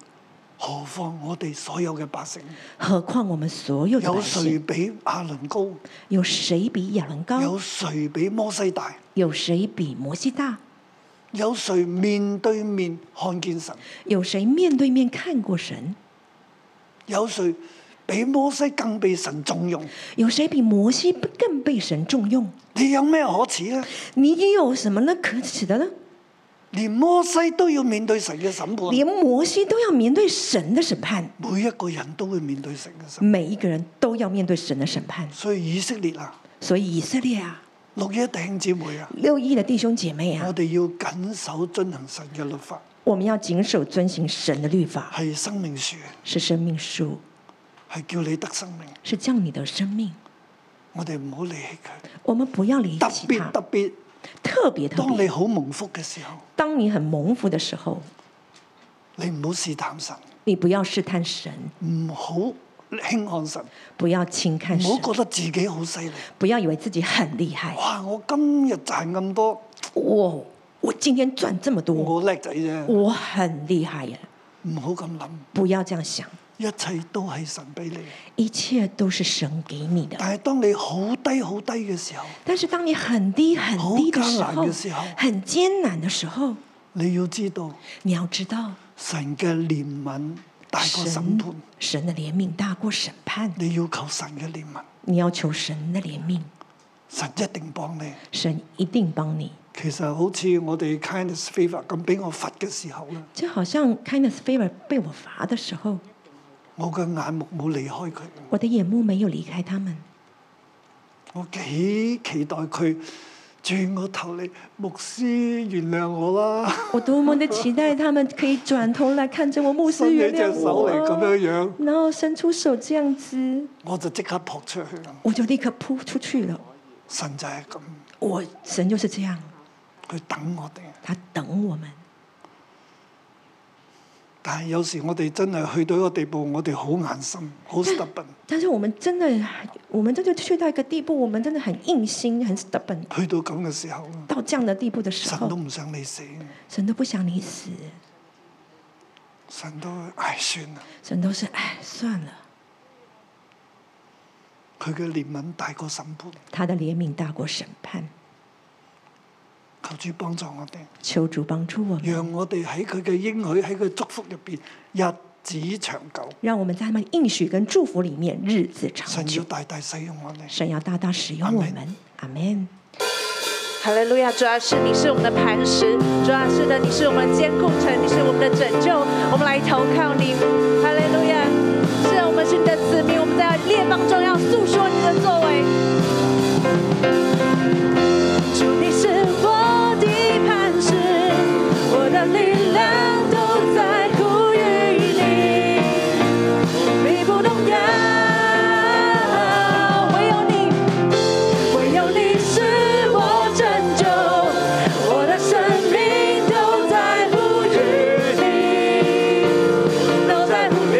何況我哋所有嘅百姓？何况我们所有的有百姓誰比亞倫高？有谁比亚伦高？有誰比摩西大？有谁比摩西大？有誰面對面看見神？有谁面对面看过神？有誰比摩西更被神重用？有谁比摩西更被神重用？你有咩可恥呢？你有什么呢可耻的呢？連摩西都要面對神嘅審判。连摩西都要面对神的审判，每一個人都會面對神嘅審，每一个人都要面对神的审判。所以以色列啊，所以以色列啊，六一弟兄姊妹啊，六一的弟兄姐妹啊我，哋要緊守遵行神嘅律法，我们要谨守遵行神的律法，係生命樹，是生命树，係叫你得生命。是降你的生命。我哋唔好離棄佢，我们不要离特弃別他，特別，特别特當别。你好蒙福嘅時候，当你很蒙福的时候，你唔好試探神，你不要试探神，唔好輕看神，不要轻看神唔，好覺得自己好犀利。不要以为自己很厉害。哇！我今日賺咁多，我我今天赚这么多，我叻仔啫，我很厉害耶！唔好咁諗，不要这样想，一切都係神俾你。一切都是神给你的。但係當你好低好低嘅時候，但是当你很低很低的时好艰难候的时候，很艰难的时候，你要知道。你要知道，神嘅憐憫大過審判神，神的怜悯大过审判，你要求神嘅憐憫，你要求神的怜悯，神一定幫你。神一定帮你。其實好似我哋 kindness favor 咁俾我罰嘅時候咧，就好像 kindness favor 被我罚的时候，我嘅眼目冇離開佢，我的眼目没有离开他们，我幾期待佢轉個頭嚟，牧師原諒我啦，我多么的期待他们可以轉頭來看着我，牧師伸起原隻諒手我嚟咁樣啊，樣，然後伸出手這樣子，我就即刻撲出去啦。我就立刻撲出去了。神就係咁，我神就是這樣，佢等我哋。他等我們。但係有時我哋真係去到一個地步，我哋好硬心，好 stubborn，但是我們真的，我們真的去到一個地步，我們真的很硬心，很 stubborn。去到咁嘅時候，到這樣的地步的時神都候，唔想你死。神都不想你死，神都唉算啦，神都是哎算了，佢嘅憐憫大過審判，他的憐憫大過審判。求主幫助我哋，求主幫助我們，讓我哋喺佢嘅應許喺佢祝福入邊日子長久。讓我們在他們應許跟祝福裡面日子長神要久。大大使用我哋。神要大大使用我们，阿门。哈利路亚！主要是你是我们的磐石，主要是的，你是我们的监控城，你是我们的拯救，我们来投靠你。哈利路亚！是啊，我们是你的子民，我们在列邦中要诉说你的作为。主，你是我的磐石，我的力量都在呼吁你，你不动摇，唯有你。唯有你是我拯救，我的生命都在呼吁你，都在呼吁。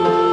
Oh, 啊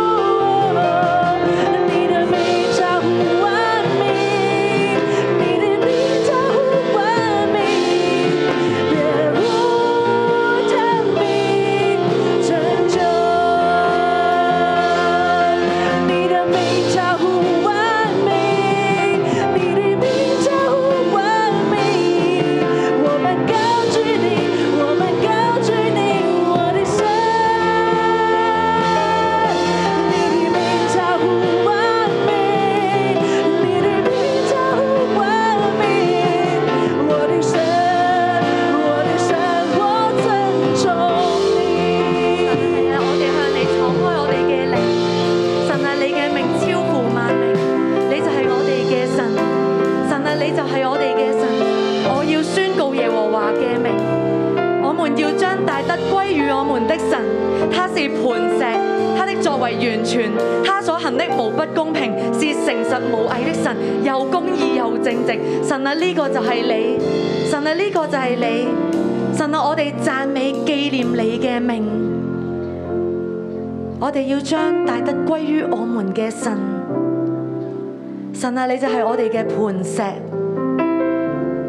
他所行的無不公平，是誠實無偽的神，又公義又正直。神啊，呢、個就係你，神啊，呢、個就係你，神啊，我哋讚美紀念你嘅命，我哋要將大德歸於我們嘅神。神啊，你就係我哋嘅磐石，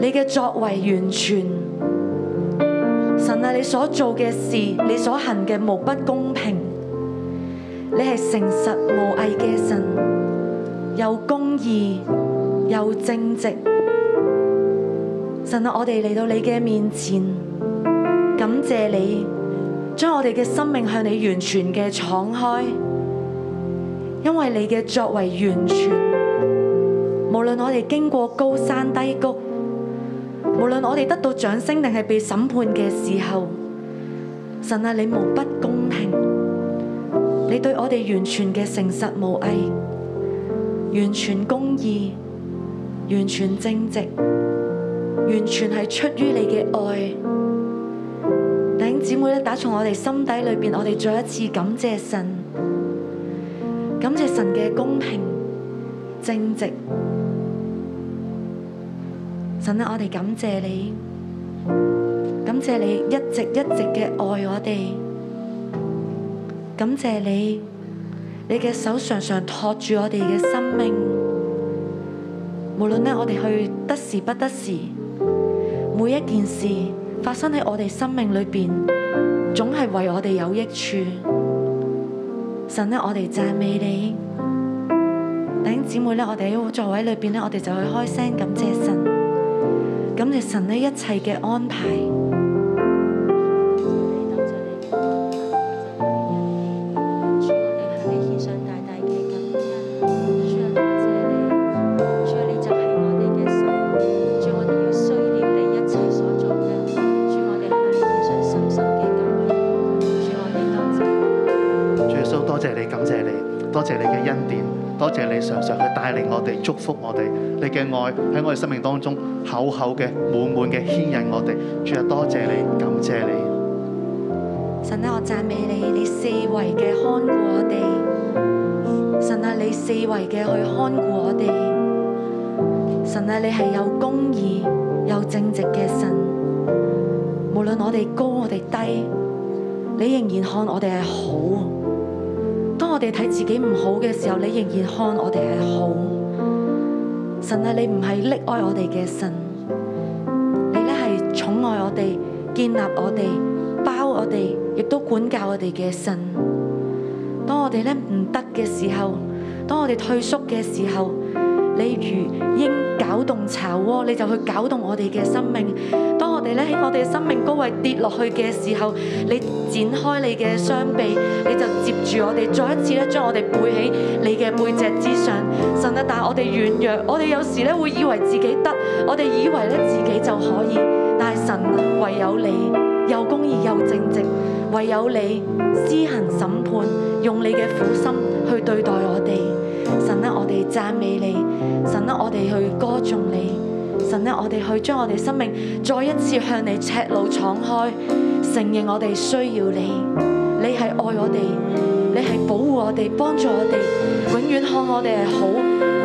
你嘅作為完全。神啊，你所做嘅事，你所行嘅無不公平。你係誠實無偽嘅神，又公義又正直。神啊，我哋嚟到你嘅面前，感謝你將我哋嘅生命向你完全嘅敞開，因為你嘅作為完全。無論我哋經過高山低谷，無論我哋得到掌聲定係被審判嘅時候，神啊，你無不公平，你對我哋完全嘅誠實無偽，完全公義，完全正直，完全係出於你嘅愛。弟兄姊妹咧，打從我哋心底裏邊，我哋再一次感謝神，感謝神嘅公平、正直。神啊，我哋感謝你，感謝你一直一直嘅愛我哋，感謝你，你嘅手常常托住我哋嘅生命，無論呢，我哋去得時不得時，每一件事發生喺我哋生命裏邊，總係為我哋有益處。神呢，我哋讚美你。弟兄姊妹咧，我哋喺座位裏邊咧，我哋就去開聲感謝神，感謝神呢一切嘅安排。主耶穌，多謝你，感謝你，多謝你嘅恩典，多謝你常常去帶領我哋、祝福我哋，你嘅愛喺我哋生命當中厚厚嘅、滿滿嘅牽引我哋。主啊，多謝你，感謝你。神啊，我讚美你，你四圍嘅看顧我哋。神啊，你四圍嘅去看顧我哋。神啊，你係有公義、有正直嘅神。無論我哋高我哋低，你仍然看我哋係好。當我哋睇自己唔好嘅時候，你仍然看我哋係好。神啊，你唔係溺愛我哋嘅神，你咧係寵愛我哋、建立我哋、包我哋，亦都管教我哋嘅神。當我哋咧唔得嘅時候，當我哋退縮嘅時候，你如鷹攪動巢窩，你就去攪動我哋嘅生命。當我哋咧喺我哋嘅生命高位跌落去嘅時候，你展開你嘅雙臂，你就接住我哋，再一次咧將我哋背起你嘅背脊之上。神啊，但係我哋軟弱，我哋有時咧會以為自己得，我哋以為咧自己就可以，但係神啊，唯有你又公義又正直，唯有你施行審判，用你嘅苦心去對待我哋。神啊，我哋讚美你，神啊，我哋去歌頌你。神咧，我哋去將我哋生命再一次向你赤露敞開，承認我哋需要你，你係愛我哋，你係保護我哋，幫助我哋，永遠看我哋係好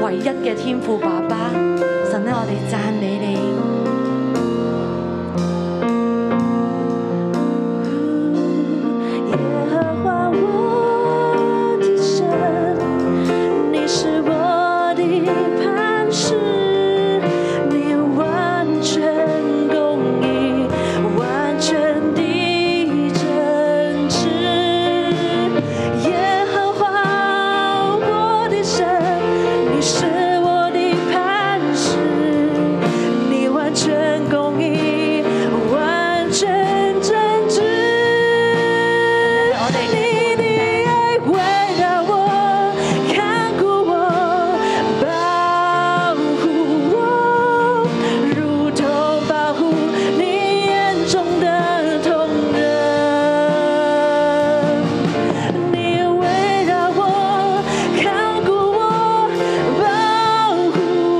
唯一嘅天父爸爸。神啊咧，我哋讚美你。耶和华我的神，你是我的磐石，你完全公义，完全的真挚。耶和华我的神，你是我的磐石，你完全公义，完全真挚。你的爱围绕我，看顾我，保护我，如同保护你眼中的瞳人。你围绕我，看顾我，保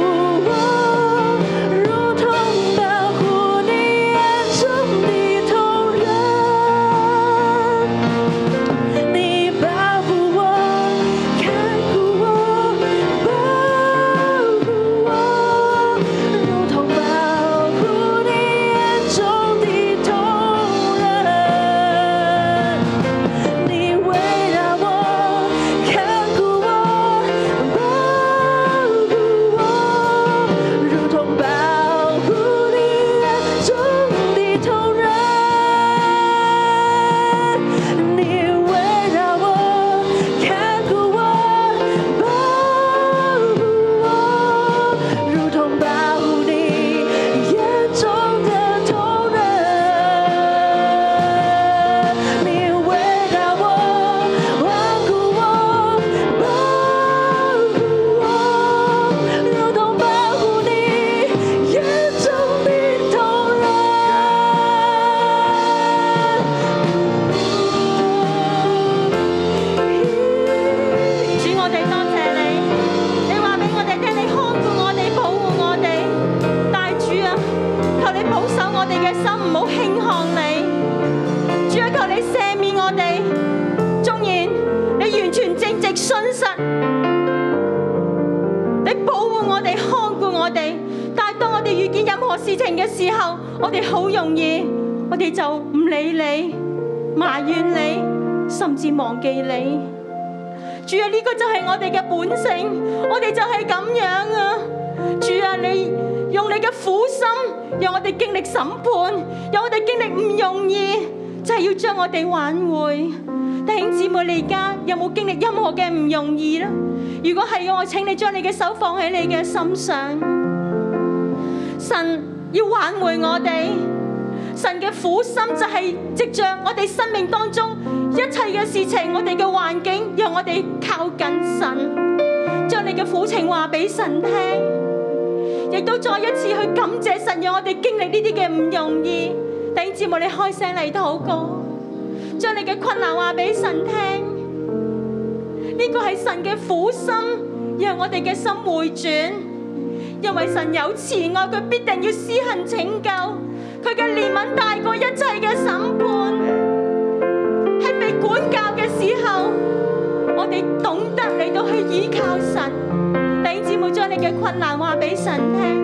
嘅時候，我哋好容易，我哋就唔理你、埋怨你，甚至忘記你。主啊，呢、個就係我哋嘅本性，我哋就係咁樣啊！主啊，你用你嘅苦心，讓我哋經歷審判，讓我哋經歷唔容易，就係、要將我哋挽回。弟兄姊妹，你而家有冇經歷任何嘅唔容易呢？如果係嘅，我請你將你嘅手放喺你嘅心上。神要挽回我哋，神嘅苦心就係藉着我哋生命當中一切嘅事情，我哋嘅環境，讓我哋靠近神，將你嘅苦情話俾神聽，亦都再一次去感謝神，讓我哋經歷呢啲嘅唔容易。弟兄姊妹，你開聲嚟禱告，將你嘅困難話俾神聽。呢個係神嘅苦心，讓我哋嘅心回轉。因为神有慈爱，佢必定要施行拯救，佢嘅怜悯大过一切嘅审判。喺被管教嘅时候，我哋懂得嚟到去倚靠神。弟兄姊妹，将你嘅困难话俾神听，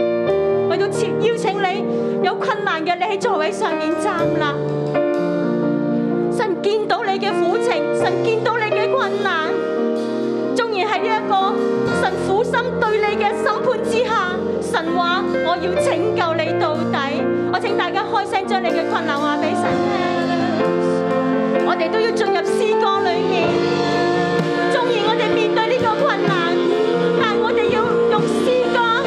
我都切邀请你有困难嘅，你喺座位上面站立。神见到你嘅苦情，神见到你嘅困难。纵然喺呢一個神苦心對你嘅審判之下，神話我要拯救你到底。我請大家開聲將你嘅困難話俾神聽。我哋都要進入詩歌裏面。縱然我哋面對呢個困難，但我哋要用詩歌、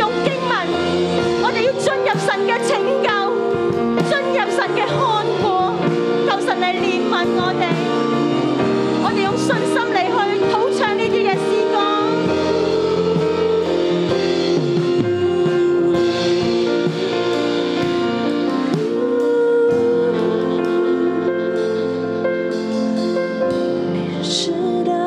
用經文，我哋要進入神嘅拯救，進入神嘅看顧，求神嚟憐憫我哋。我哋用信心嚟去討唱呢啲嘅詩歌。你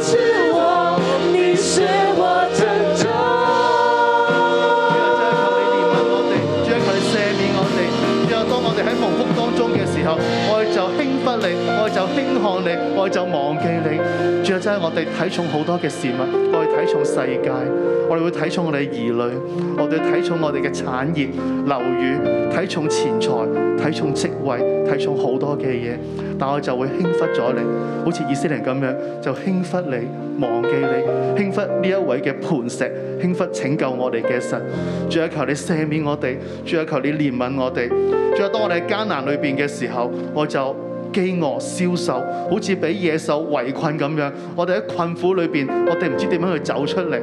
啊啊你，我哋就輕看你，我哋就忘記你。主啊，真係我哋睇重好多嘅事物，我哋睇重世界，我哋會睇重我哋兒女，我哋睇重我哋嘅產業、樓宇，睇重錢財，睇重職位，睇重好多嘅嘢。但我就會輕忽咗你，好似以色列人咁樣，就輕忽你，忘記你，輕忽呢一位嘅磐石，輕忽拯救我哋嘅神。主啊，求你赦免我哋，主啊，求你憐憫我哋。主啊，當我哋喺艱難裏邊嘅時候，我就飢餓消瘦，好似俾野獸圍困咁樣。我哋喺困苦裏邊，我哋唔知點樣去走出嚟。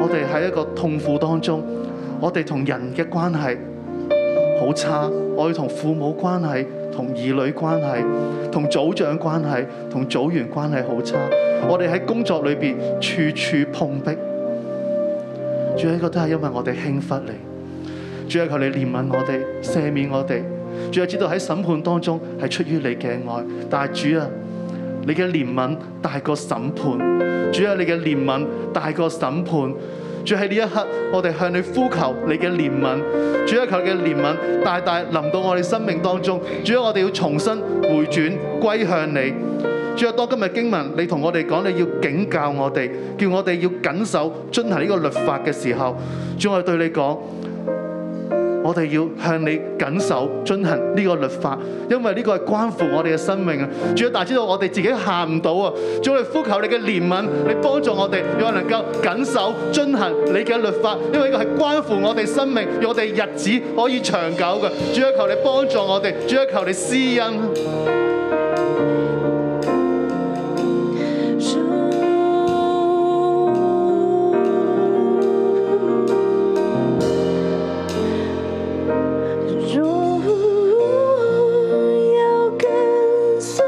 我哋喺一個痛苦當中，我哋同人嘅關係好差，我哋同父母關係、同兒女關係、同組長關係、同組員關係好差。我哋喺工作裏邊處處碰壁。主啊，呢個都係因為我哋輕忽你。主啊，求你憐憫我哋，赦免我哋。主啊，知道喺審判當中係出於你嘅愛，但係主啊，你嘅憐憫大過審判。主啊，你嘅憐憫大過審判。主啊喺呢一刻，我哋向你呼求你嘅憐憫。主啊，求你嘅憐憫大大臨到我哋生命當中。主啊，我哋要重新回轉歸向你。主啊，當今日經文你同我哋講，你要警教我哋，叫我哋要謹守遵行呢個律法嘅時候，主我哋對你講。我哋要向你謹守遵行呢個律法，因為呢個係關乎我哋嘅生命啊！主啊，大家知道我哋自己行唔到啊！主，我哋呼求你嘅憐憫，你幫助我哋，讓我能夠謹守遵行你嘅律法，因為呢個係關乎我哋生命，讓我哋日子可以長久嘅。主啊，求你幫助我哋，主啊，求你施恩。主，主要跟随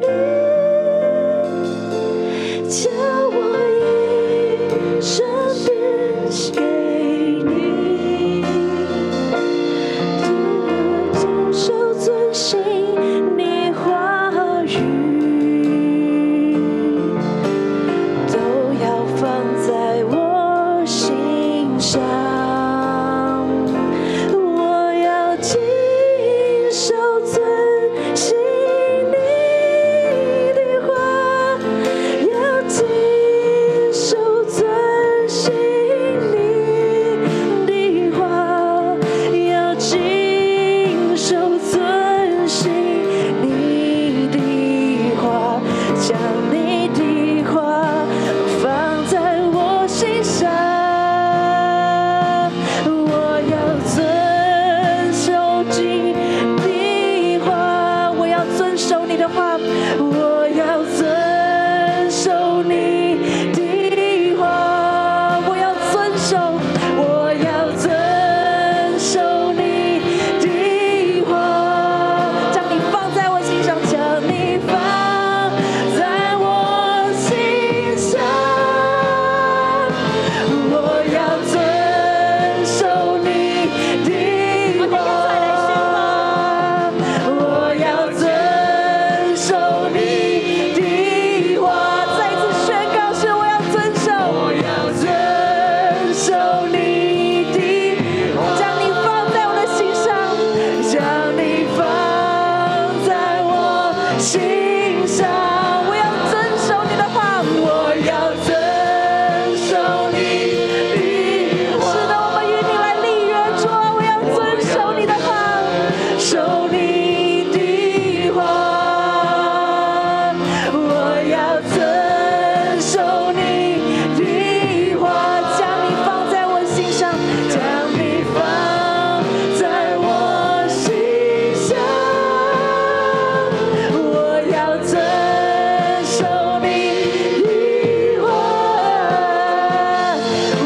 你，叫我一生献给你，谨守遵行你话语。都要放在我心上，我要谨守遵行你的话，要谨守遵行你的话，要谨守遵行你的话，将你的话放在我心上。我要遵守你的话，我要遵守你的话，我要遵守你的话，我要遵守，我要遵守你的话，将你放在我心上，将你放在我心上。我要遵守你的话，我要遵守你的话。再次宣告是我要遵守，我要遵守你的话，将你放在我的心上，将你放在我心上。我要遵守你的话，我要遵守你的话。是的，我们与你来立约，主啊，我要遵守你的话，守你的话。我要遵守你的话，将你放在我心上，将你放在我心上。我要遵守你的话，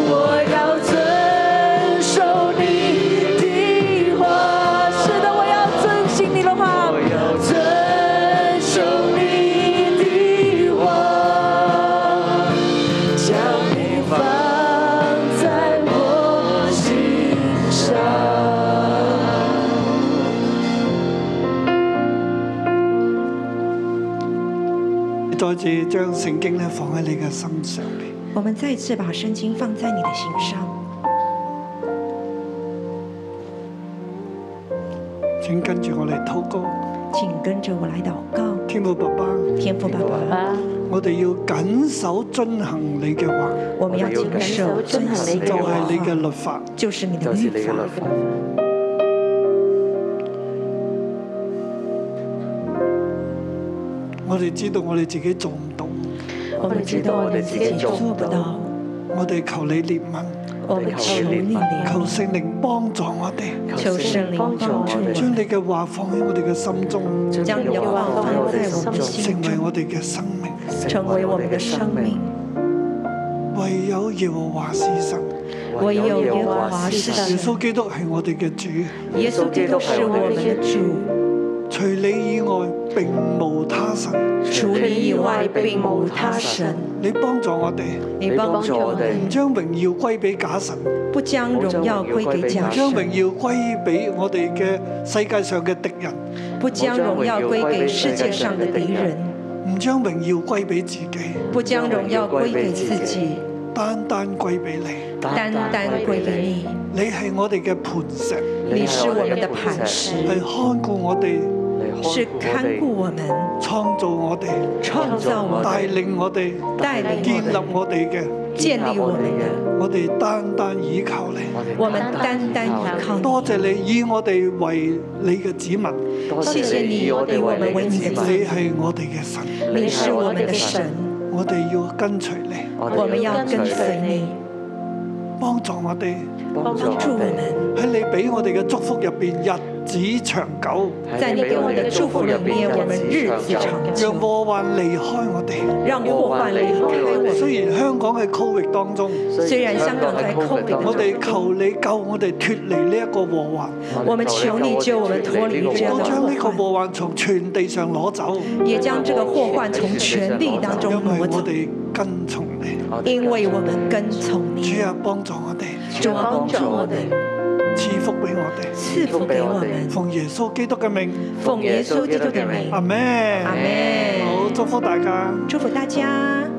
我要遵守你的话。是的，我要遵行你的话，我要遵守你的话，将你放在我心上。你再次將聖經咧放喺你嘅心上面。我们再次把圣经放在你的心上，請跟住我嚟禱告。跟着我来祷告。天父爸爸，天父爸爸，爸，我哋要緊守遵行你嘅話，我们要谨守遵行就的係你嘅话，律法。就是你的就是律你嘅律法法。。我哋知道我哋自己做唔到，我们知道我们自己做不到，我哋求你憐憫，我们求你怜求悯，聖靈幫助我哋，求聖靈幫助我哋將你嘅話放喺我哋嘅心中，将你的话放在我们的心成為中，我哋嘅生命。成为我们的生命。唯有耶和華是神，唯有耶和华是耶神，穌基督係我哋嘅主，耶稣基督是我们的主，除你以外並無他神。除你以外并无他神。你幫助我哋，你帮助我唔们，將榮耀歸俾假神，不将荣耀归给假將榮神，耀歸俾我哋嘅世界上嘅敵人，不将荣耀归给世界上的敌人。唔將榮耀歸俾自己，不将荣耀归给自己，單單歸俾你。单单归给你。你係我哋嘅磐石，你是我们的磐係石，看顧我哋、是看顾我们、創造我哋、创造我帶们、領我哋、带领我建立们、我哋嘅，建立我们的。我哋單單倚靠你。我们单单依靠多你，謝你以我哋為你嘅子民，谢谢你以我们为你的子你民，係我哋嘅神，你是我们的神，我哋要跟隨你，我们要跟随你，幫助我哋帮助我们，喺你俾我哋嘅祝福入邊日子長久，在你给我们的祝福里面，我们日子长讓久，禍患離開我哋。让祸患离开我雖然香港喺 Covid 當中，们。虽然香港在 COVID 的我哋中求你救我哋脱離呢一個禍患，我们求你救我们脱离这样我的將呢個祸禍患，患從全地上攞走，也将这个祸患从权力当因中為挪我走，哋跟從你。因为我们跟从你。主啊，幫助我哋，主啊，帮助我们，賜福俾我哋，赐福给我们，奉耶穌基督嘅名，奉耶稣基督的名阿，咩？阿门。好，祝福大家。祝福大家。